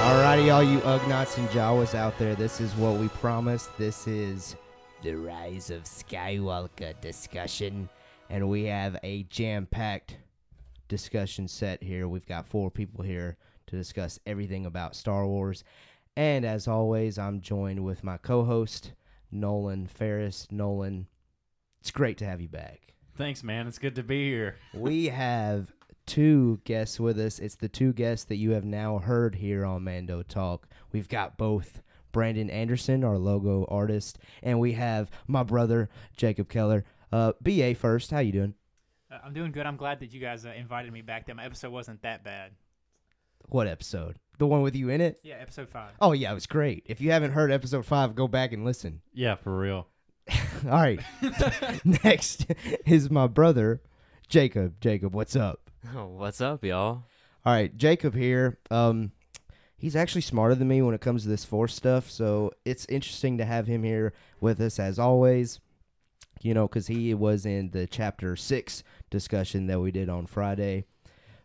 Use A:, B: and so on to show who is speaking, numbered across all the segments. A: Alrighty, all you Ugnots and Jawas out there, this is what we promised. This is the Rise of Skywalker discussion, and we have a jam-packed discussion set here. We've got four people here to discuss everything about Star Wars, and as always, I'm joined with my co-host Nolan Ferris. Nolan, it's great to have you back.
B: Thanks, man. It's good to be here.
A: We have two guests with us. It's the two guests that you have now heard here on Mando Talk. We've got both Brandon Anderson, our logo artist, and we have my brother Jacob Keller. Uh, BA first, how you doing?
C: Uh, I'm doing good. I'm glad that you guys uh, invited me back. That my episode wasn't that bad.
A: What episode? The one with you in it?
C: Yeah, episode five.
A: Oh yeah, it was great. If you haven't heard episode five, go back and listen.
B: Yeah, for real.
A: All right. Next is my brother Jacob. Jacob, what's up?
D: Oh, what's up, y'all?
A: All right, Jacob here. Um, he's actually smarter than me when it comes to this force stuff, so it's interesting to have him here with us as always. You know, because he was in the chapter six discussion that we did on Friday.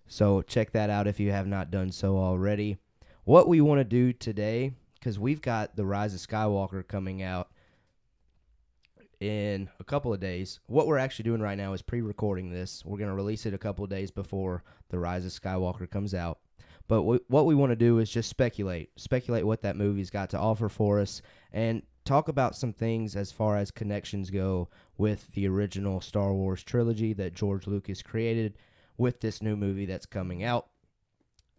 A: So check that out if you have not done so already. What we want to do today, because we've got The Rise of Skywalker coming out in a couple of days. What we're actually doing right now is pre-recording this. We're going to release it a couple of days before The Rise of Skywalker comes out. But w- what we want to do is just speculate, speculate what that movie's got to offer for us and talk about some things as far as connections go with the original Star Wars trilogy that George Lucas created with this new movie that's coming out.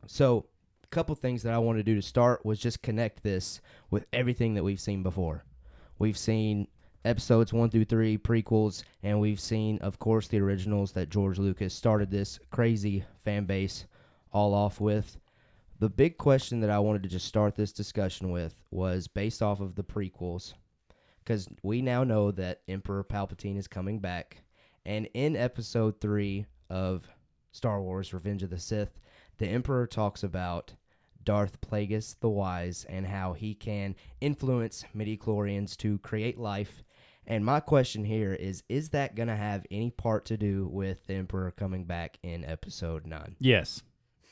A: So, a couple things that I want to do to start was just connect this with everything that we've seen before. We've seen episodes one through three, prequels, and we've seen, of course, the originals that George Lucas started this crazy fan base all off with. The big question that I wanted to just start this discussion with was based off of the prequels, because we now know that Emperor Palpatine is coming back. And in episode three of Star Wars Revenge of the Sith, the Emperor talks about Darth Plagueis the Wise and how he can influence midichlorians to create life. And my question here is is that going to have any part to do with the Emperor coming back in episode 9?
B: Yes.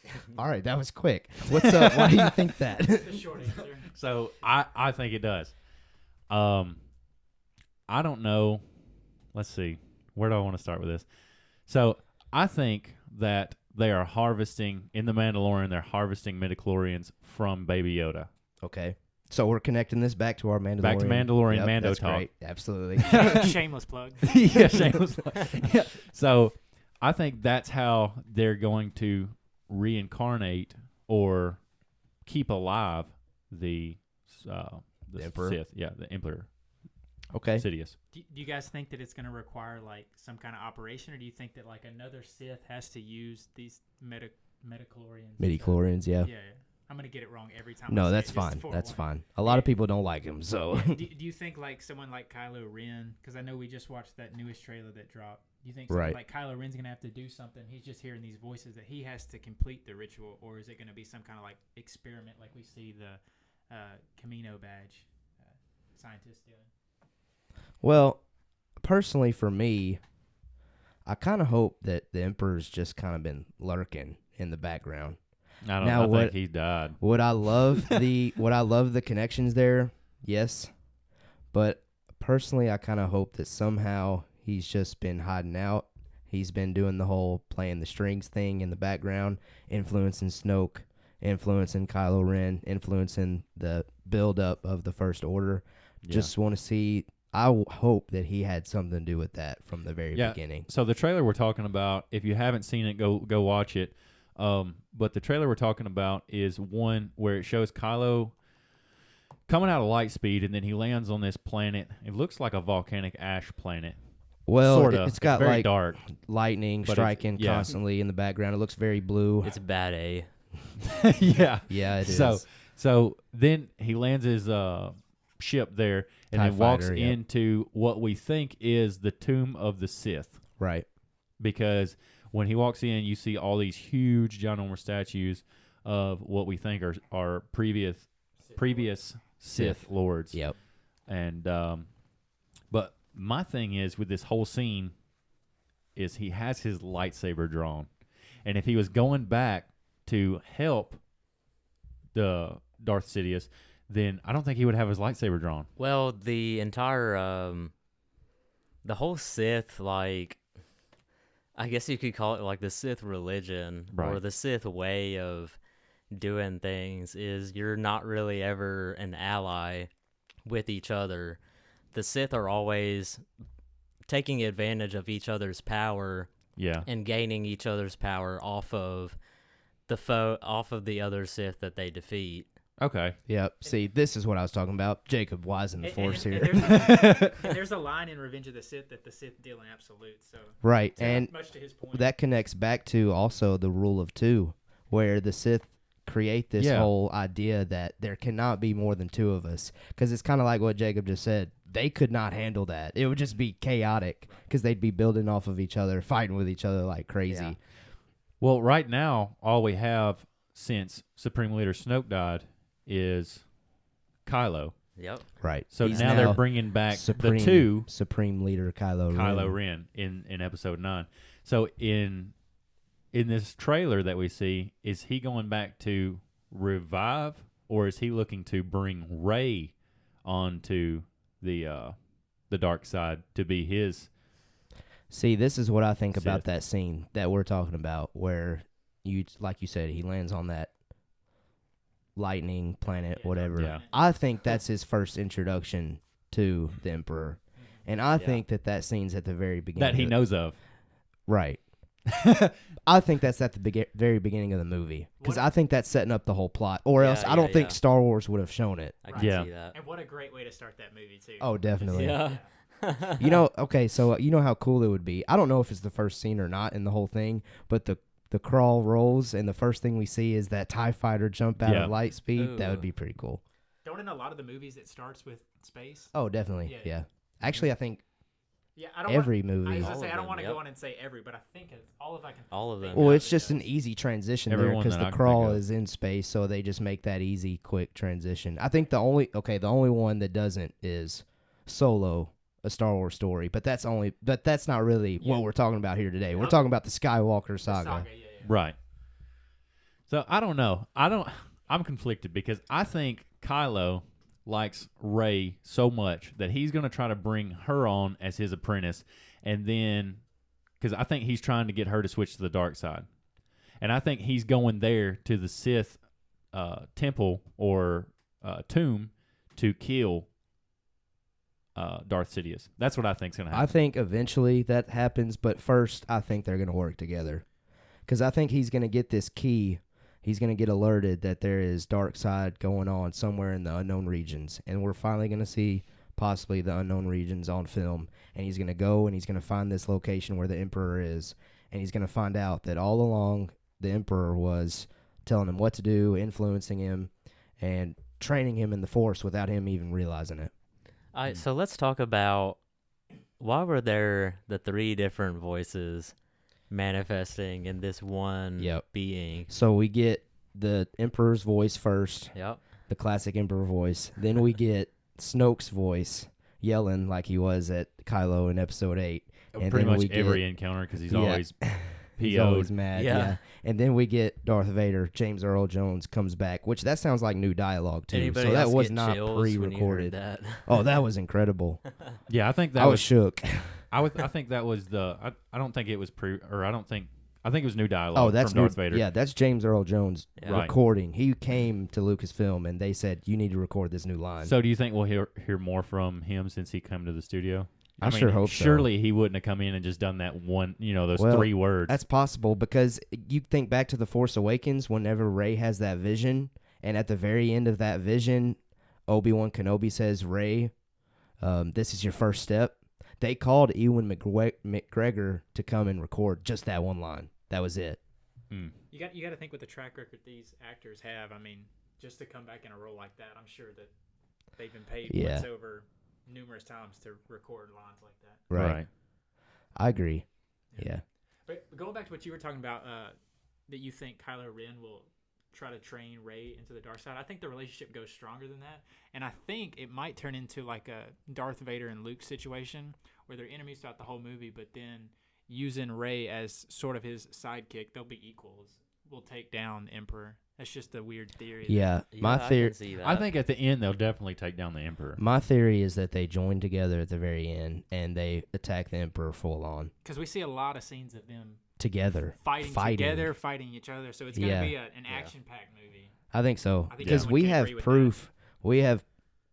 A: All right, that was quick. What's up? Why do you think that?
C: short answer.
B: So I I think it does. Um, I don't know. Let's see. Where do I want to start with this? So I think that they are harvesting in the Mandalorian. They're harvesting midichlorians from Baby Yoda.
A: okay. So we're connecting this back to our Mandalorian.
B: Back to Mandalorian
A: Yep,
B: Mando
A: that's
B: talk.
A: great. Absolutely.
C: Shameless plug.
B: yeah, shameless. yeah. So I think that's how they're going to reincarnate or keep alive the uh, the
A: Emperor?
B: Sith. Yeah, the Emperor
A: Okay.
B: Sidious.
C: Do, do you guys think that it's going to require like some kind of operation, or do you think that like another Sith has to use these meta metachlorians?
A: Midichlorians, yeah.
C: Yeah, yeah. I'm going to get it wrong every time. I
A: No,
C: say
A: that's
C: it, just
A: fine.
C: for
A: That's
C: one.
A: fine. A lot of people don't like him, so
C: Yeah, do, do you think like someone like Kylo Ren? Because I know we just watched that newest trailer that dropped. Do you think someone
A: Right.
C: like Kylo Ren's gonna have to do something? He's just hearing these voices that he has to complete the ritual, or is it gonna be some kind of like experiment, like we see the uh, Camino badge uh, scientist doing?
A: Well, personally, for me, I kind of hope that the Emperor's just kind of been lurking in the background.
B: I don't
A: Now
B: I
A: what-
B: think he died.
A: Would I love the would I love the connections there? Yes, but personally, I kind of hope that somehow he's just been hiding out. He's been doing the whole playing the strings thing in the background, influencing Snoke, influencing Kylo Ren, influencing the build up of the First Order.
B: Yeah.
A: Just want to see. I w- hope that he had something to do with that from the very
B: Yeah.
A: beginning.
B: so the trailer we're talking about, if you haven't seen it, go go watch it. Um, but the trailer we're talking about is one where it shows Kylo coming out of light speed and then he lands on this planet. It looks like a volcanic ash planet.
A: Well,
B: sort
A: it,
B: of.
A: has got
B: very
A: like
B: dark.
A: lightning
B: But it's-
A: striking
B: yeah.
A: constantly in the background. It looks very blue.
D: It's bad eh? A.
B: yeah.
A: yeah, it is.
B: so so then he lands his uh, ship there and
A: TIE
B: then walks
A: fighter, yep.
B: into what we think is the tomb of the Sith.
A: right.
B: because when he walks in, you see all these huge John Ormer statues of what we think are are previous previous Sith,
A: Sith.
B: lords.
A: Yep.
B: And um, but my thing is with this whole scene is he has his lightsaber drawn, and if he was going back to help the Darth Sidious, then I don't think he would have his lightsaber drawn.
D: Well, the entire um the whole Sith like I guess you could call it like the Sith religion or
B: Right.
D: the Sith way of doing things is you're not really ever an ally with each other. The Sith are always taking advantage of each other's power
B: Yeah.
D: and gaining each other's power off of the foe off of the other Sith that they defeat.
B: Okay.
A: Yep. See, this is what I was talking about. Jacob Wise in the
C: And-
A: force
C: and-
A: here.
C: and there's- and there's a line in Revenge of the Sith that the Sith deal in absolute. So
A: right.
C: to-
A: And
C: much to his point,
A: that connects back to also the rule of two, where the Sith create this
B: Yeah.
A: whole idea that there cannot be more than two of us. Because it's kind of like what Jacob just said. They could not handle that. It would just be chaotic because they'd be building off of each other, fighting with each other like crazy.
D: Yeah.
B: Well, right now, all we have since Supreme Leader Snoke died is Kylo.
D: Yep.
A: Right.
B: So
A: He's
B: now,
A: now
B: they're bringing back
A: Supreme,
B: the two
A: Supreme Leader Kylo Ren.
B: Kylo Ren in in episode nine. So in in this trailer that we see, is he going back to revive, or is he looking to bring Ray onto the uh, the dark side to be his?
A: See, this is what I think about
B: Sith.
A: that scene that we're talking about, where you, like you said, he lands on that lightning planet,
C: Yeah,
A: whatever.
B: yeah.
A: I think that's his first introduction to the Emperor, and I
D: Yeah.
A: think that that scene's at the very beginning.
B: That he
A: of-
B: knows of.
A: right? I think that's at the begi- very beginning of the movie because
C: What-
A: I think that's setting up the whole plot, or
D: Yeah,
A: else I
D: yeah,
A: don't think
D: yeah.
A: Star Wars would have shown it.
D: I can
B: Yeah.
D: see that.
C: and what a great way to start that movie too.
A: Oh, definitely.
D: Yeah.
A: you know, okay, so uh, you know how cool it would be. I don't know if it's the first scene or not in the whole thing, but the the crawl rolls and the first thing we see is that Tie Fighter jump out
B: Yeah.
A: at light speed. That would
D: Ooh.
A: be pretty cool.
C: Don't in a lot of the movies it starts with space.
A: Oh, definitely, yeah.
C: Yeah, yeah.
A: Actually, I think
C: Yeah, I don't.
A: every
C: wanna, I
A: movie.
C: was
D: All
C: gonna say
D: of
C: I don't
D: them,
C: want to
D: yep.
C: go on and say every, but I think it's all of I can.
D: All of them.
A: Well,
C: Yeah,
A: it's
C: it
A: just an
C: does.
A: easy transition there
B: Everyone
A: because
B: that I
A: the
B: can think
A: crawl
B: of.
A: is in space, so they just make that easy, quick transition. I think the only okay, the only one that doesn't is Solo, a Star Wars story, but that's only but that's not really
C: Yeah.
A: what we're talking about here today. We're
C: I'm-
A: talking about the Skywalker
C: The
A: saga.
C: yeah, yeah.
B: Right. So I don't know. I don't. I'm conflicted because I think Kylo likes Ray so much that he's going to try to bring her on as his apprentice, and then because I think he's trying to get her to switch to the dark side, and I think he's going there to the Sith uh, temple or uh, tomb to kill uh, Darth Sidious. That's what I think's going to
A: I
B: happen.
A: think eventually that happens, but first I think they're going to work together. Cuz I think he's going to get this key. He's going to get alerted that there is dark side going on somewhere in the unknown regions and we're finally going to see possibly the unknown regions on film and he's going to go and he's going to find this location where the emperor is and he's going to find out that all along the emperor was telling him what to do, influencing him and training him in the force without him even realizing it.
D: All right, so let's talk about why were there the three different voices manifesting in this one
A: Yep.
D: being?
A: So we get the emperor's voice first,
D: Yep.
A: the classic Emperor voice. Then we get Snoke's voice yelling like he was at Kylo in Episode Eight. And
B: Oh, Pretty
A: then
B: much
A: we get-
B: every encounter because he's
A: Yeah.
B: always
A: He's
B: PO'd.
A: always mad. Yeah.
D: Yeah.
A: And then we get Darth Vader. James Earl Jones comes back, which that sounds like new dialogue too.
D: Anybody
A: so that
D: else
A: was
D: get
A: not
D: chills when you heard
A: pre-recorded.
D: That?
A: Oh, that was incredible.
B: Yeah, I think that
A: I was,
B: was
A: shook.
B: I would. I think that was the. I, I don't think it was pre, or I don't think. I think it was new dialogue.
A: Oh, that's
B: from
A: new,
B: Darth Vader.
A: Yeah, that's James Earl Jones
D: Yeah.
B: Right.
A: recording. He came to Lucasfilm and they said you need to record this new line.
B: So do you think we'll hear hear more from him since he come to the studio?
A: I sure hope so.
B: Surely he wouldn't have come in and just done that one. You know those
A: Well,
B: three words.
A: That's possible because you think back to The Force Awakens whenever Ray has that vision, and at the very end of that vision, Obi Wan Kenobi says, Ray, um, this is your first step. They called Ewan McGre- McGregor to come and record just that one line. That was it.
B: Mm.
C: You got you got to think with the track record these actors have. I mean, just to come back in a role like that, I'm sure that they've been paid
A: Yeah.
C: once over numerous times to record lines like that.
A: I agree. Yeah.
C: But going back to what you were talking about, uh, that you think Kylo Ren will try to train Ray into the dark side. I think the relationship goes stronger than that, and I think it might turn into like a Darth Vader and Luke situation where they're enemies throughout the whole movie, but then using Ray as sort of his sidekick, they'll be equals. Will take down Emperor. That's just a weird theory.
A: Yeah, my
D: I
A: theory.
D: can see
B: I
D: that.
B: think at the end they'll definitely take down the emperor.
A: My theory is that they join together at the very end and they attack the emperor full on
C: Because we see a lot of scenes of them
A: together,
C: fighting, together, fighting each other. So it's going to
A: Yeah.
C: be a, an action-packed movie.
A: I think so
C: I think
A: because
C: everyone
A: we
C: can
A: have
C: agree with that.
A: proof. We have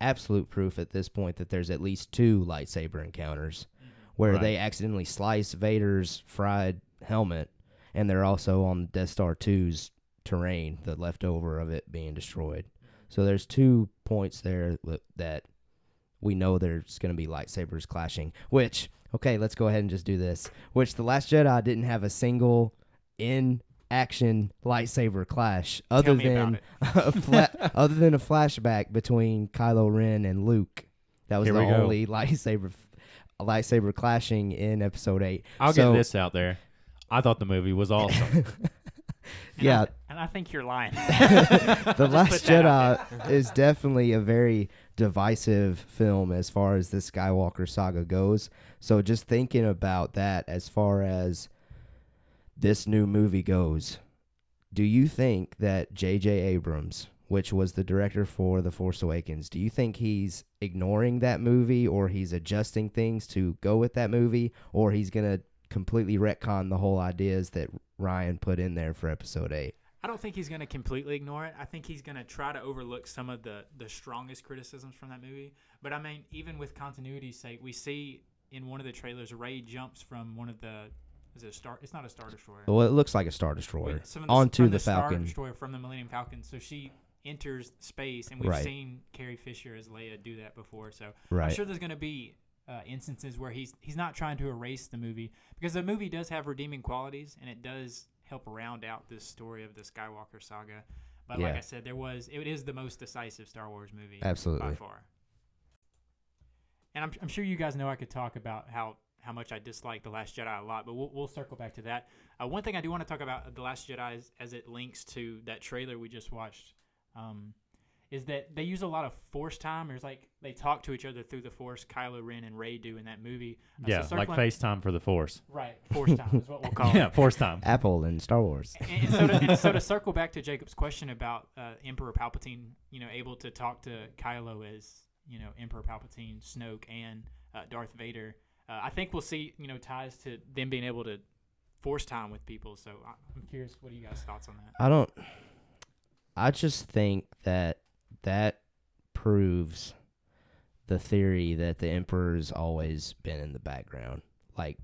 A: absolute proof at this point that there's at least two lightsaber encounters
C: Mm-hmm.
A: where
B: Right.
A: they accidentally slice Vader's fried helmet, and they're also on Death Star 2's terrain, the leftover of it being destroyed. So there's two points there wi- that we know there's going to be lightsabers clashing. Which okay, let's go ahead and just do this. Which the Last Jedi didn't have a single in action lightsaber clash other
C: me about
A: than a fla- other than a flashback between Kylo Ren and Luke. That was
B: Here
A: the
B: we go.
A: only lightsaber lightsaber clashing in episode 8.
B: I'll
A: so-
B: get this out there. I thought the movie was awesome.
C: And
A: yeah,
C: I, and I think you're lying.
A: The Last
C: that out
A: Jedi is definitely a very divisive film as far as the Skywalker saga goes. So just thinking about that as far as this new movie goes, do you think that J.J. Abrams, which was the director for The Force Awakens, do you think he's ignoring that movie or he's adjusting things to go with that movie or he's going to completely retcon the whole ideas that Ryan put in there for episode 8?
C: I don't think he's going to completely ignore it. I think he's going to try to overlook some of the the strongest criticisms from that movie. But I mean, even with continuity's sake, we see in one of the trailers Ray jumps from one of the is it a star? It's not a star destroyer.
A: Well, it looks like a star destroyer
C: Wait, some of
A: onto
C: from
A: the,
C: Star
A: Falcon.
C: Destroyer from the Millennium Falcon. So she enters space, and we've
A: Right.
C: seen Carrie Fisher as Leia do that before. So
A: Right.
C: I'm sure there's going to be uh, instances where he's he's not trying to erase the movie because the movie does have redeeming qualities, and it does help round out this story of the Skywalker saga. But like
A: Yeah.
C: I said, there was it is the most decisive Star Wars movie by
A: Absolutely.
C: far. And I'm, I'm sure you guys know I could talk about how, how much I dislike The Last Jedi a lot, but we'll, we'll circle back to that. Uh, one thing I do want to talk about The Last Jedi is, as it links to that trailer we just watched um, is that they use a lot of force time. There's like they talk to each other through the force, Kylo Ren and Ray do in that movie. Uh, so
B: yeah, like
C: circling-
B: FaceTime for the Force.
C: Right, force time is what we'll call it.
B: yeah, Force time.
A: Apple and Star Wars.
C: And, and so to, and so to circle back to Jacob's question about uh, Emperor Palpatine, you know, able to talk to Kylo as you know Emperor Palpatine, Snoke, and uh, Darth Vader. Uh, I think we'll see you know ties to them being able to force time with people. So I- I'm curious, what are you guys' thoughts on that?
A: I don't. I just think that that proves the theory that the Emperor's always been in the background, like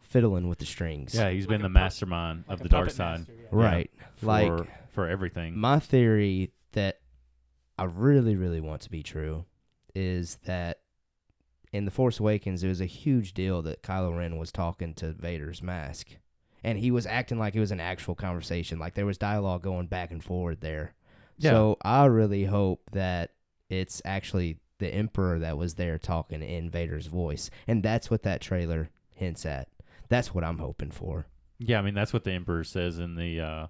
A: fiddling with the strings.
B: Yeah, he's
C: Like
B: been
C: a
B: the
C: pup-
B: mastermind
C: Like
B: of
C: a
B: the dark
C: puppet
B: side
C: master, yeah.
A: Right.
B: for
A: Like
B: for everything.
A: my theory that I really, really want to be true is that in The Force Awakens, it was a huge deal that Kylo Ren was talking to Vader's mask. And he was acting like it was an actual conversation, like there was dialogue going back and forward there.
B: Yeah.
A: So I really hope that it's actually the Emperor that was there talking in Vader's voice. And that's what that trailer hints at. That's what I'm hoping for.
B: Yeah, I mean that's what the emperor says in the. Uh,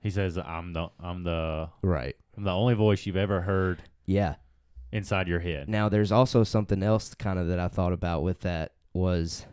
B: he says, "I'm the I'm the
A: Right.
B: I'm the only voice you've ever heard
A: Yeah.
B: inside your head."
A: Now, there's also something else kind of that I thought about with that was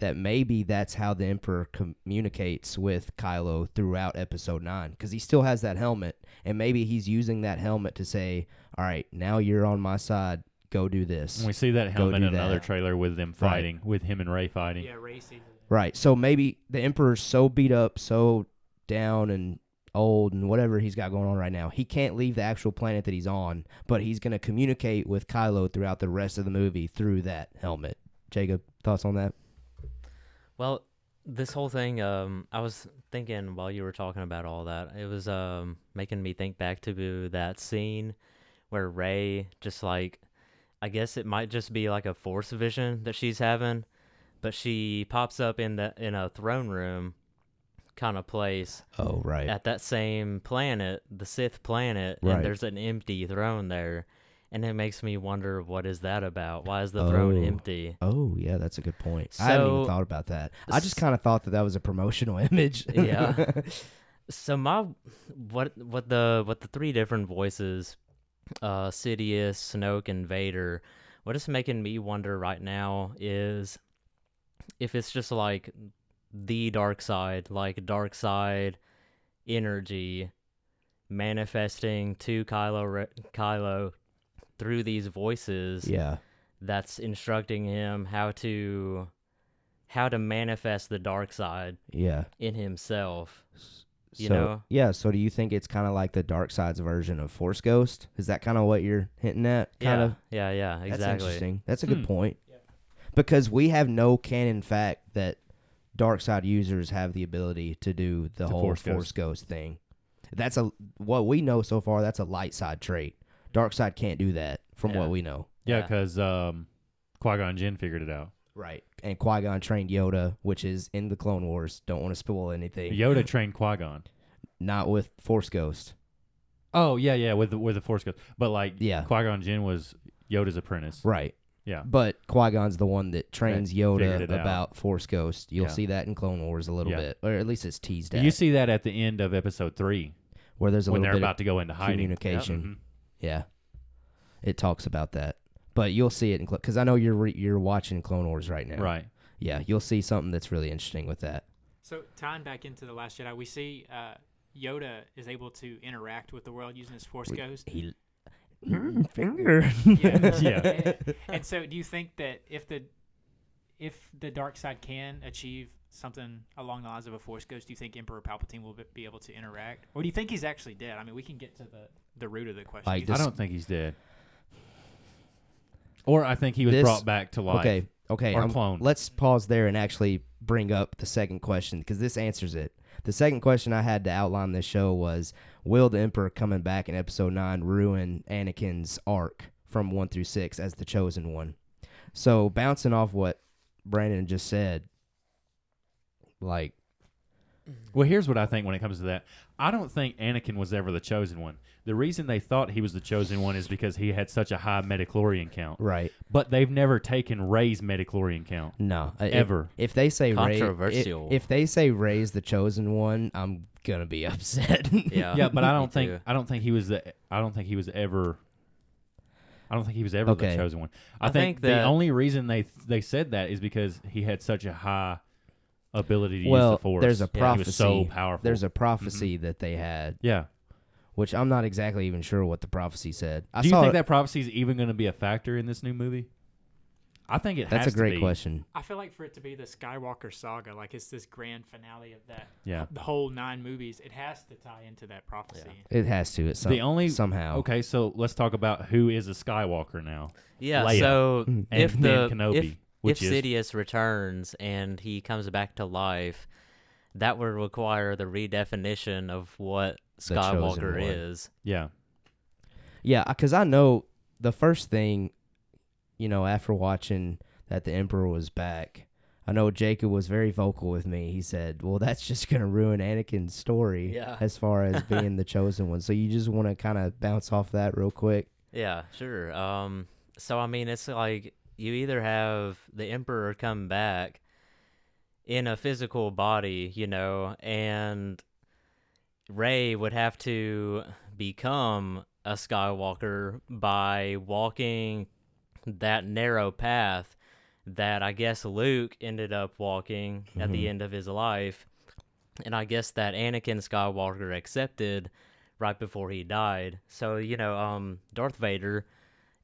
A: that maybe that's how the Emperor communicates with Kylo throughout Episode 9 because he still has that helmet, and maybe he's using that helmet to say, All right, now you're on my side, go do this.
B: And we see that
A: Go
B: helmet
A: do
B: in another
A: that.
B: trailer with them
A: Right.
B: fighting, with him and Ray fighting.
C: Yeah, Ray sees it.
A: Right. So maybe the Emperor's so beat up, so down and old and whatever he's got going on right now, he can't leave the actual planet that he's on, but he's going to communicate with Kylo throughout the rest of the movie through that helmet. Jacob, thoughts on that?
D: Well, this whole thing, um, I was thinking while you were talking about all that, it was um making me think back to that scene where Ray just like, I guess it might just be like a force vision that she's having, but she pops up in the in a throne room kind of place
A: Oh, right.
D: at that same planet, the Sith planet,
A: Right.
D: and there's an empty throne there. And it makes me wonder what is that about? Why is the throne
A: Oh.
D: empty?
A: Oh yeah, that's a good point. I hadn't even
D: So-
A: thought about that. I just
D: s-
A: kind of thought that that was a promotional image.
D: Yeah. So my what what the what the three different voices, uh, Sidious, Snoke, and Vader, what is making me wonder right now is if it's just like the dark side, like dark side energy manifesting to Kylo Re- Kylo through these voices
A: Yeah.
D: that's instructing him how to how to manifest the dark side
A: Yeah.
D: in himself. You
A: so,
D: know?
A: Yeah. So do you think it's kind of like the dark side's version of Force Ghost? Is that kind of what you're hinting at? Kind
D: yeah,
A: of.
D: yeah, yeah, exactly.
A: That's interesting. That's a good
B: Hmm.
A: point. Because we have no canon fact that dark side users have the ability to do the
B: To
A: whole
B: Force
A: force
B: Ghost.
A: ghost. thing. That's a what we know so far. That's a light side trait. Dark side can't do that, from
D: Yeah.
A: what we know.
B: Yeah,
D: Yeah.
B: because um, Qui Gon Jinn figured it out.
A: Right. And Qui Gon trained Yoda, which is in the Clone Wars. Don't want to spoil anything.
B: Yoda trained Qui Gon.
A: Not with Force Ghost.
B: Oh yeah, yeah, with the, with the Force Ghost. But like,
A: Yeah.
B: Qui Gon Jinn was Yoda's apprentice.
A: Right.
B: Yeah.
A: But Qui Gon's the one that trains
B: figured
A: Yoda
B: it out.
A: about Force Ghost. You'll
B: Yeah.
A: see that in Clone Wars a little
B: Yeah.
A: bit, or at least it's teased at.
B: You see that at the end of Episode Three
A: where there's a
B: when
A: little
B: they're
A: bit of-
B: about to go into hiding.
A: communication.
B: Mhm.
A: Yeah, it talks about that, but you'll see it in because I know you're re- you're watching Clone Wars right now.
B: Mm-hmm. Right.
A: Yeah, you'll see something that's really interesting with that.
C: So tying back into the Last Jedi, we see uh, Yoda is able to interact with the world using his Force
A: We-
C: ghost.
A: He finger.
C: Yeah.
B: Yeah.
C: And, and so, do you think that if the if the dark side can achieve something along the lines of a Force ghost, do you think Emperor Palpatine will be- be able to interact, or do you think he's actually dead? I mean, we can get to the the root of the question.
A: Like
C: Do you
A: this-
B: I don't think he's dead. Or I think he was
A: This-
B: brought back to life.
A: Okay, okay.
B: Or
A: um,
B: clone.
A: Let's pause there and actually bring up the second question because this answers it. The second question I had to outline this show was: Will the Emperor coming back in Episode Nine ruin Anakin's arc from one through six as the chosen one? So bouncing off what Brandon just said, like
B: Well, here's what I think when it comes to that. I don't think Anakin was ever the chosen one. The reason they thought he was the chosen one is because he had such a high metachlorian count.
A: right?
B: But they've never taken Ray's metachlorian count.
A: No, I- if-
B: Ever.
A: If, they say Ray, if,
D: Controversial.
A: if they say Ray's the chosen one, I'm gonna be upset.
D: Yeah.
B: yeah, but I don't
D: Me
B: think
D: too.
B: I don't think he was the I don't think he was ever I don't think he was ever the
A: Okay.
B: chosen one. I,
D: I
B: think,
D: think
B: the
D: that-
B: only reason they they said that is because he had such a high ability to
A: well,
B: use the force.
A: there's a
B: He
A: prophecy.
B: was so powerful.
A: There's
D: Mm-hmm.
A: a prophecy that they had,
B: yeah.
A: which I'm not exactly even sure what the prophecy said. I
B: Do you
A: saw
B: think that prophecy is even going to be a factor in this new movie? I think it
A: that's a
B: has to
A: great
B: be.
A: question.
C: I feel like for it to be the Skywalker saga, like it's this grand finale of that
B: Yeah.
C: the whole nine movies, it has to tie into that prophecy.
A: It has to. It's some,
B: The only
A: somehow.
B: Okay, so let's talk about who is a Skywalker now.
D: Yeah,
B: Leia
D: so
A: Mm.
B: and
D: if the
B: then Kenobi,
D: if,
B: which
D: if
B: is-
D: Sidious returns and he comes back to life, that would require the redefinition of what
A: The Chosen
D: Skywalker
A: One.
D: is.
B: Yeah.
A: Yeah, because I know the first thing, you know, after watching that the Emperor was back, I know Jacob was very vocal with me. He said, "Well, that's just going to ruin Anakin's story
D: Yeah.
A: as far as being the chosen one." So you just want to kind of bounce off that real quick.
D: Yeah, sure. Um, so I mean, it's like you either have the Emperor come back in a physical body, you know, and Rey would have to become a Skywalker by walking that narrow path that I guess Luke ended up walking at the end of his life, and I guess that Anakin Skywalker accepted right before he died. So you know, um, Darth Vader,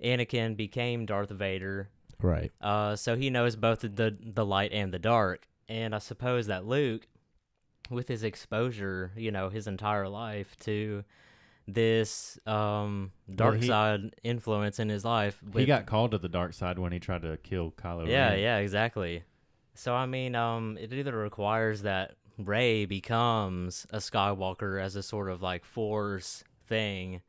D: Anakin became Darth Vader.
A: Right.
D: Uh, so he knows both the the light and the dark. And I suppose that Luke, with his exposure, you know, his entire life to this um, dark
B: he-
D: side influence in his life,
B: He
D: with-
B: got called to the dark side when he tried to kill Kylo
D: yeah,
B: Ren.
D: yeah, exactly. So I mean, um, it either requires that Ray becomes a Skywalker as a sort of like force thing,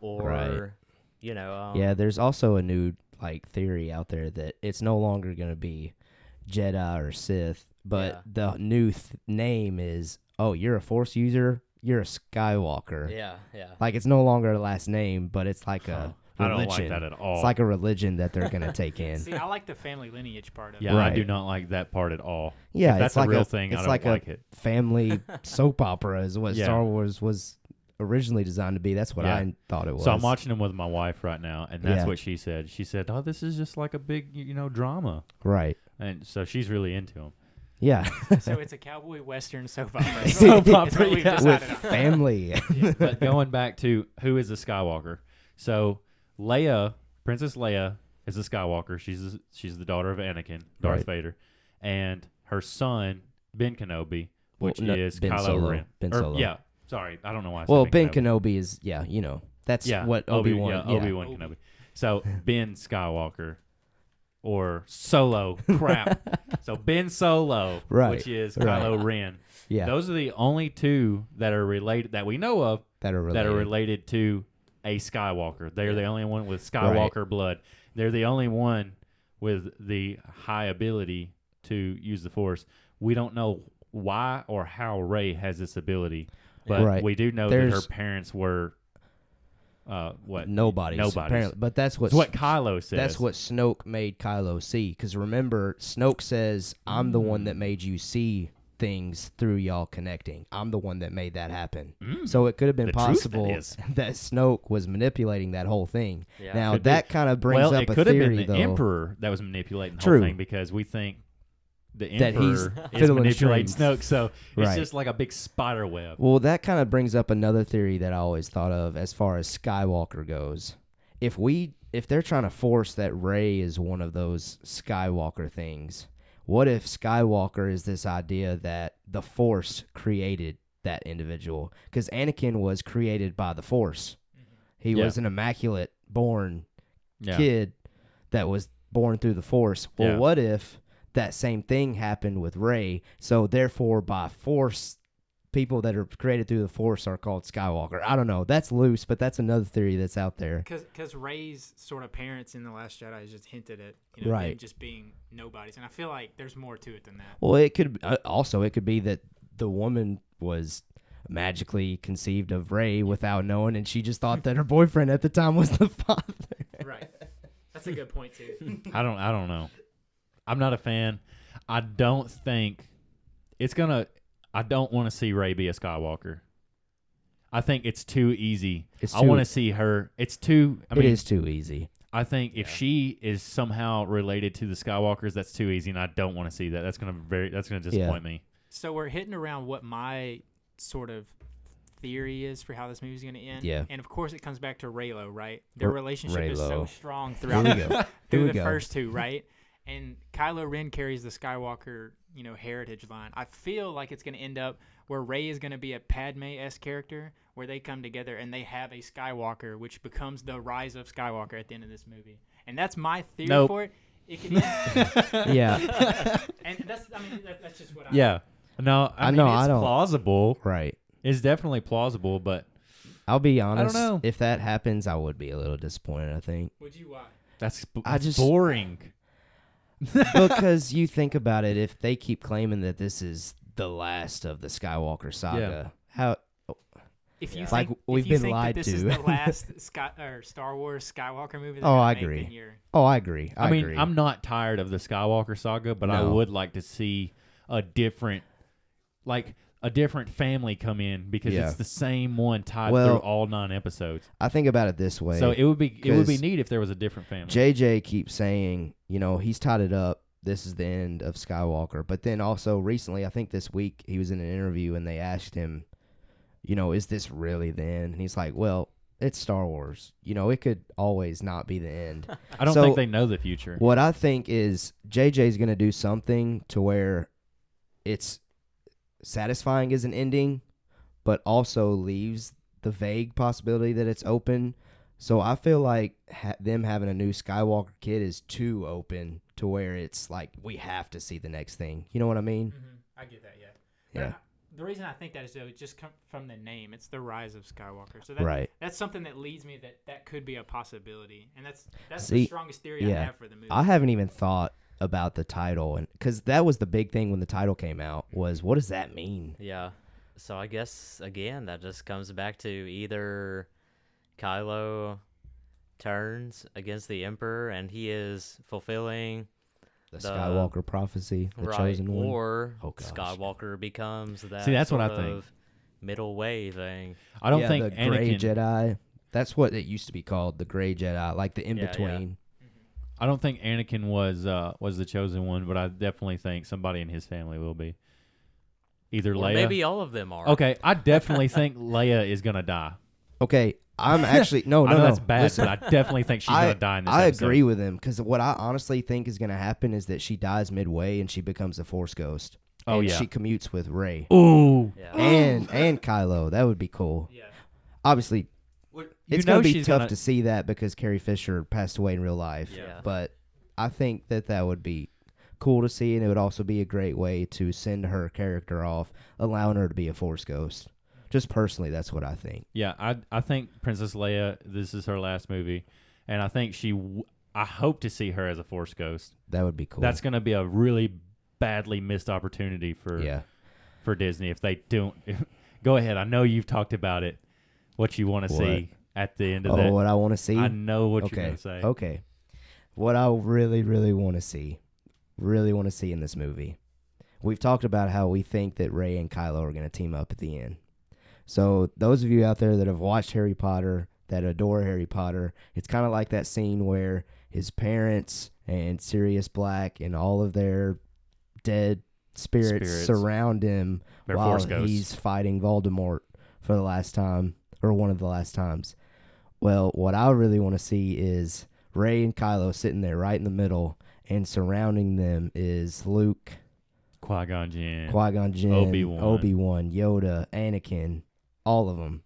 D: or you know, um,
A: yeah, there's also a new like theory out there that it's no longer going to be Jedi or Sith, but the new th- name is, "Oh, you're a Force user, you're a Skywalker."
D: yeah, yeah.
A: Like it's no longer a last name, but it's like
B: Huh.
A: a
B: I
A: religion.
B: don't like that at all.
A: It's like a religion that they're gonna take in.
C: See, I like the family lineage part of
B: yeah,
C: it.
B: I
A: Right.
B: do not like that part at all.
A: Yeah,
B: If that's
A: it's like
B: a real
A: a-
B: thing. I
A: it's
B: don't
A: like
B: like,
A: a-
B: it.
A: Family soap opera is what
B: Yeah.
A: Star Wars was originally designed to be. That's what
B: Yeah.
A: I thought it was.
B: So I'm watching him with my wife right now, and that's
A: Yeah.
B: what she said. She said, "Oh, this is just like a big, you know, drama,"
A: Right.
B: and so she's really into him.
A: Yeah.
C: so it's a cowboy western soap opera.
A: Soap
C: It's what
B: opera,
C: we've
B: yeah.
A: With
C: decided on.
A: family.
B: but going back to who is a Skywalker? So Leia, Princess Leia, is a Skywalker. She's the, she's the daughter of Anakin, Darth
A: Right.
B: Vader, and her son Ben Kenobi, which
A: Well, no,
B: is
A: Ben
B: Kylo
A: Solo.
B: Ren.
A: Ben
B: Or,
A: Solo.
B: Yeah, sorry, I don't know why. I said
A: Well, Ben Kenobi is yeah, you know that's
B: yeah,
A: what
B: Obi-
A: Obi Wan.
B: yeah, Obi Wan
C: Obi.
B: Kenobi. So Ben Skywalker, or Solo, crap. so Ben Solo,
A: Right,
B: which is
A: right.
B: Kylo Ren.
A: yeah,
B: Those are the only two that are related that we know of
A: that are related.
B: that are related to a Skywalker. They're the only one with Skywalker blood. They're the only one with the high ability to use the Force. We don't know why or how Ray has this ability, but
A: Right.
B: we do know that
A: There's-
B: her parents were uh, what?
A: Nobody's,
B: Nobody's.
A: apparently, but that's what
B: It's what Kylo says.
A: that's what Snoke made Kylo see. Because remember, Snoke says, "I'm the one that
B: Mm.
A: made you see things through y'all connecting. I'm the one that made that happen."
B: Mm.
A: So it could have been
B: The truth, that
A: possible
B: is.
A: that Snoke was manipulating that whole thing.
D: Yeah.
A: now
B: Could be.
A: that kind of brings
B: well,
A: up
B: it
A: a
B: could have
A: theory
B: been the
A: though.
B: Emperor that was manipulating the
A: True.
B: whole thing because we think the
A: That he's
B: Emperor is
A: fiddling
B: manipulating
A: strings.
B: Snoke. So it's
A: Right.
B: just like a big spider web.
A: Well, that kind of brings up another theory that I always thought of as far as Skywalker goes. If we if they're trying to force that Ray is one of those Skywalker things, what if Skywalker is this idea that the Force created that individual? Because Anakin was created by the Force. He
B: Yeah.
A: was an immaculate born
B: Yeah.
A: kid that was born through the force. Well,
B: Yeah.
A: what if that same thing happened with Ray? So therefore, by force, people that are created through the force are called Skywalker. I don't know. That's loose, but that's another theory that's out there.
C: Because Ray's sort of parents in The Last Jedi is just hinted at, you know, them
A: Right.
C: just being nobodies. And I feel like there's more to it than that.
A: Well, it could uh, also it could be that the woman was magically conceived of Ray without knowing, and she just thought that her boyfriend at the time was the father.
C: Right. That's a good point, too.
B: I don't I don't know. I'm not a fan. I don't think it's gonna I don't want to see Ray be a Skywalker. I think it's too easy.
A: It's
B: I
A: too-
B: want to see her. It's too. I
A: it
B: mean,
A: is too easy.
B: I think if she is somehow related to the Skywalkers, that's too easy, and I don't want to see that. That's gonna very. That's gonna disappoint me.
C: so we're hitting around what my sort of theory is for how this movie's going to end.
A: Yeah.
C: And of course, it comes back to Raylo, right? Their
A: R-
C: relationship is so
A: Raylo.
C: strong
A: Here
C: throughout
A: we
C: the
A: go. Here
C: through
A: we
C: the
A: go.
C: first two, right? And Kylo Ren carries the Skywalker, you know, heritage line. I feel like it's going to end up where Rey is going to be a Padme-esque character, where they come together and they have a Skywalker, which becomes the rise of Skywalker at the end of this movie. And that's my theory
B: Nope.
C: for it. It can,
A: yeah.
C: and that's, I mean, that, that's just what I.
B: Yeah. No, I,
A: I
B: mean,
A: know,
B: It's
A: I don't-
B: plausible.
A: Right.
B: It's definitely plausible, but
A: I'll be honest.
B: know.
A: If that happens, I would be a little disappointed. I think
C: Would you watch?
B: that's b-
A: I just-
B: boring.
A: because you think about it, if they keep claiming that this is the last of the Skywalker saga, how
C: If you
A: Like,
C: think,
A: we've
C: if you
A: been
C: think
A: lied
C: that this is
A: to.
C: the last Sky, or Star Wars Skywalker movie. they're
A: Oh,
C: gonna
A: I
C: make,
A: agree.
C: then you're-
A: oh, I agree. I,
B: I, mean,
A: agree.
B: I'm not tired of the Skywalker saga, but I
A: No.
B: would like to see a different, like a different family come in because
A: Yeah.
B: it's the same one tied
A: Well,
B: through all nine episodes.
A: I think about it this way.
B: So it would be it would be
A: 'cause
B: neat if there was a different family.
A: JJ keeps saying, you know, he's tied it up. This is the end of Skywalker. But then also recently, I think this week he was in an interview and they asked him, you know, is this really the end? And he's like, well, it's Star Wars. You know, it could always not be the end.
B: I don't
A: so-
B: think they know the future.
A: What I think is JJ's going to do something to where it's satisfying as an ending, but also leaves the vague possibility that it's open. So I feel like ha- them having a new Skywalker kid is too open to where it's like we have to see the next thing. You know what I mean?
C: Mhm. I get that. Yeah. But
A: Yeah.
C: I- the reason I think that is though, it just come from the name. It's the rise of Skywalker. So that,
A: Right.
C: that's something that leads me that that could be a possibility, and that's that's
A: See,
C: the strongest theory I
A: yeah.
C: have for the movie.
A: I haven't even thought about the title and cuz that was the big thing when the title came out was what does that mean?
D: Yeah. So I guess again that just comes back to either Kylo turns against the Emperor and he is fulfilling
A: The,
D: The-
A: Skywalker prophecy, the
D: right
A: chosen one.
D: or
A: Oh, gosh.
D: Skywalker becomes that
B: that's what I
D: sort
B: think.
D: of middle way thing.
B: I don't
A: Yeah,
B: think
A: the
B: Anakin.
A: gray Jedi. That's what it used to be called, the gray Jedi, like the in
D: Yeah, yeah.
A: between.
B: I don't think Anakin was uh, was the chosen one, but I definitely think somebody in his family will be. Either
D: Or
B: Leia.
D: maybe all of them are.
B: okay, I definitely think Leia is gonna die.
A: Okay, I'm actually no, Oh, no,
B: I know
A: no.
B: that's bad,
A: Listen,
B: but I definitely think she's
A: I-
B: gonna die in this
A: I
B: episode.
A: agree with him because what I honestly think is going to happen is that she dies midway and she becomes a Force ghost.
B: Oh,
A: and
B: yeah.
A: she commutes with Ray
B: Ooh,
D: Yeah.
A: and and Kylo. That would be cool.
C: Yeah.
A: Obviously,
B: You
A: it's
B: know
A: going to be
B: she's
A: tough
B: gonna-
A: to see that because Carrie Fisher passed away in real life.
D: Yeah.
A: But I think that that would be cool to see, and it would also be a great way to send her character off, allowing her to be a Force ghost. Just personally, that's what I think.
B: yeah. I I think Princess Leia. This is her last movie, and I think she. W- I hope to see her as a Force ghost.
A: That would be cool.
B: That's gonna be a really badly missed opportunity for
A: yeah.
B: for Disney if they don't. go ahead. I know you've talked about it. What you want to
A: What?
B: see at the end of
A: Oh,
B: that?
A: what I want to see.
B: I know what
A: okay. Oh,
B: you're gonna say.
A: Okay. What I really, really want to see, really want to see in this movie, we've talked about how we think that Ray and Kylo are going to team up at the end. So those of you out there that have watched Harry Potter, that adore Harry Potter, it's kind of like that scene where his parents and Sirius Black and all of their dead spirits,
B: Spirits.
A: surround him
B: They're
A: while
B: Force ghosts.
A: he's fighting Voldemort for the last time or one of the last times. Well, what I really want to see is Ray and Kylo sitting there right in the middle, and surrounding them is Luke,
B: Qui Gon Jinn.
A: Qui Gon Jinn,
B: Obi-Wan.
A: Obi Wan, Yoda, Anakin, all of them.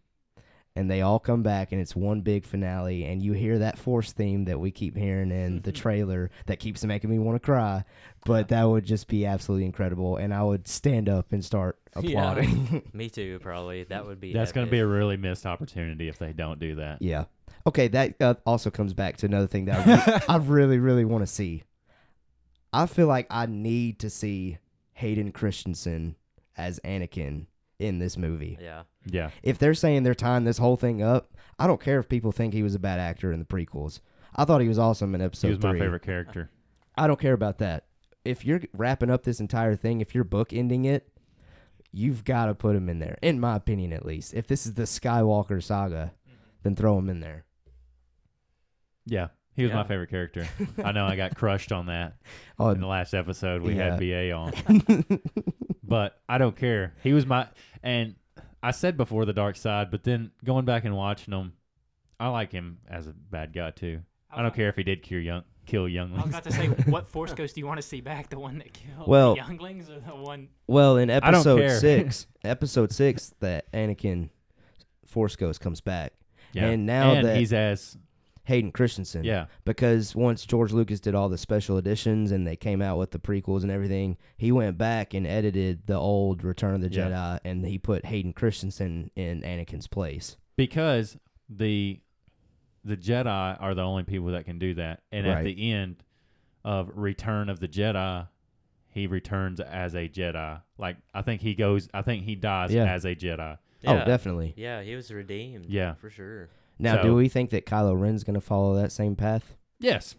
A: And they all come back, and it's one big finale. And you hear that Force theme that we keep hearing in the trailer that keeps making me want to cry. But that would just be absolutely incredible. And I would stand up and start
D: Yeah.
A: applauding.
D: Me too, probably. That would be.
B: That's going to be
D: epic.
B: a really missed opportunity if they don't do that.
A: Yeah. Okay, that uh, also comes back to another thing that I, re- I really, really want to see. I feel like I need to see Hayden Christensen as Anakin in this movie.
D: Yeah.
B: Yeah.
A: If they're saying they're tying this whole thing up, I don't care if people think he was a bad actor in the prequels. I thought he was awesome in episode
B: he was my
A: three.
B: favorite character.
A: I don't care about that. If you're wrapping up this entire thing, if you're book ending it, you've got to put him in there, in my opinion, at least. If this is the Skywalker saga, then throw him in there.
B: Yeah. He was my
D: Yeah.
B: favorite character. I know I got crushed on that
A: Oh,
B: in the last episode we
A: Yeah.
B: had BA on. but I don't care. He was my and I said before the dark side, but then going back and watching him, I like him as a bad guy too. I don't care if he did cure young kill
C: I was
B: younglings.
C: about to say, what Force Ghost do you want to see back? The one that killed
A: Well-
C: the younglings, or the one?
A: Well, in
B: don't
A: episode
B: care.
A: six, episode six, that Anakin Force Ghost comes back,
B: Yeah.
A: and now
B: and
A: that
B: he's as
A: Hayden Christensen,
B: yeah.
A: because once George Lucas did all the special editions and they came out with the prequels and everything, he went back and edited the old Return of the
B: Yeah.
A: Jedi, and he put Hayden Christensen in Anakin's place.
B: because the the Jedi are the only people that can do that. And at
A: Right.
B: the end of Return of the Jedi, he returns as a Jedi. Like I think he goes. I think he dies
A: Yeah.
B: as a Jedi.
D: Yeah.
A: Oh, definitely.
D: Yeah, he was redeemed.
B: Yeah.
D: For sure.
A: Now,
B: So-
A: do we think that Kylo Ren's going to follow that same path?
B: Yes.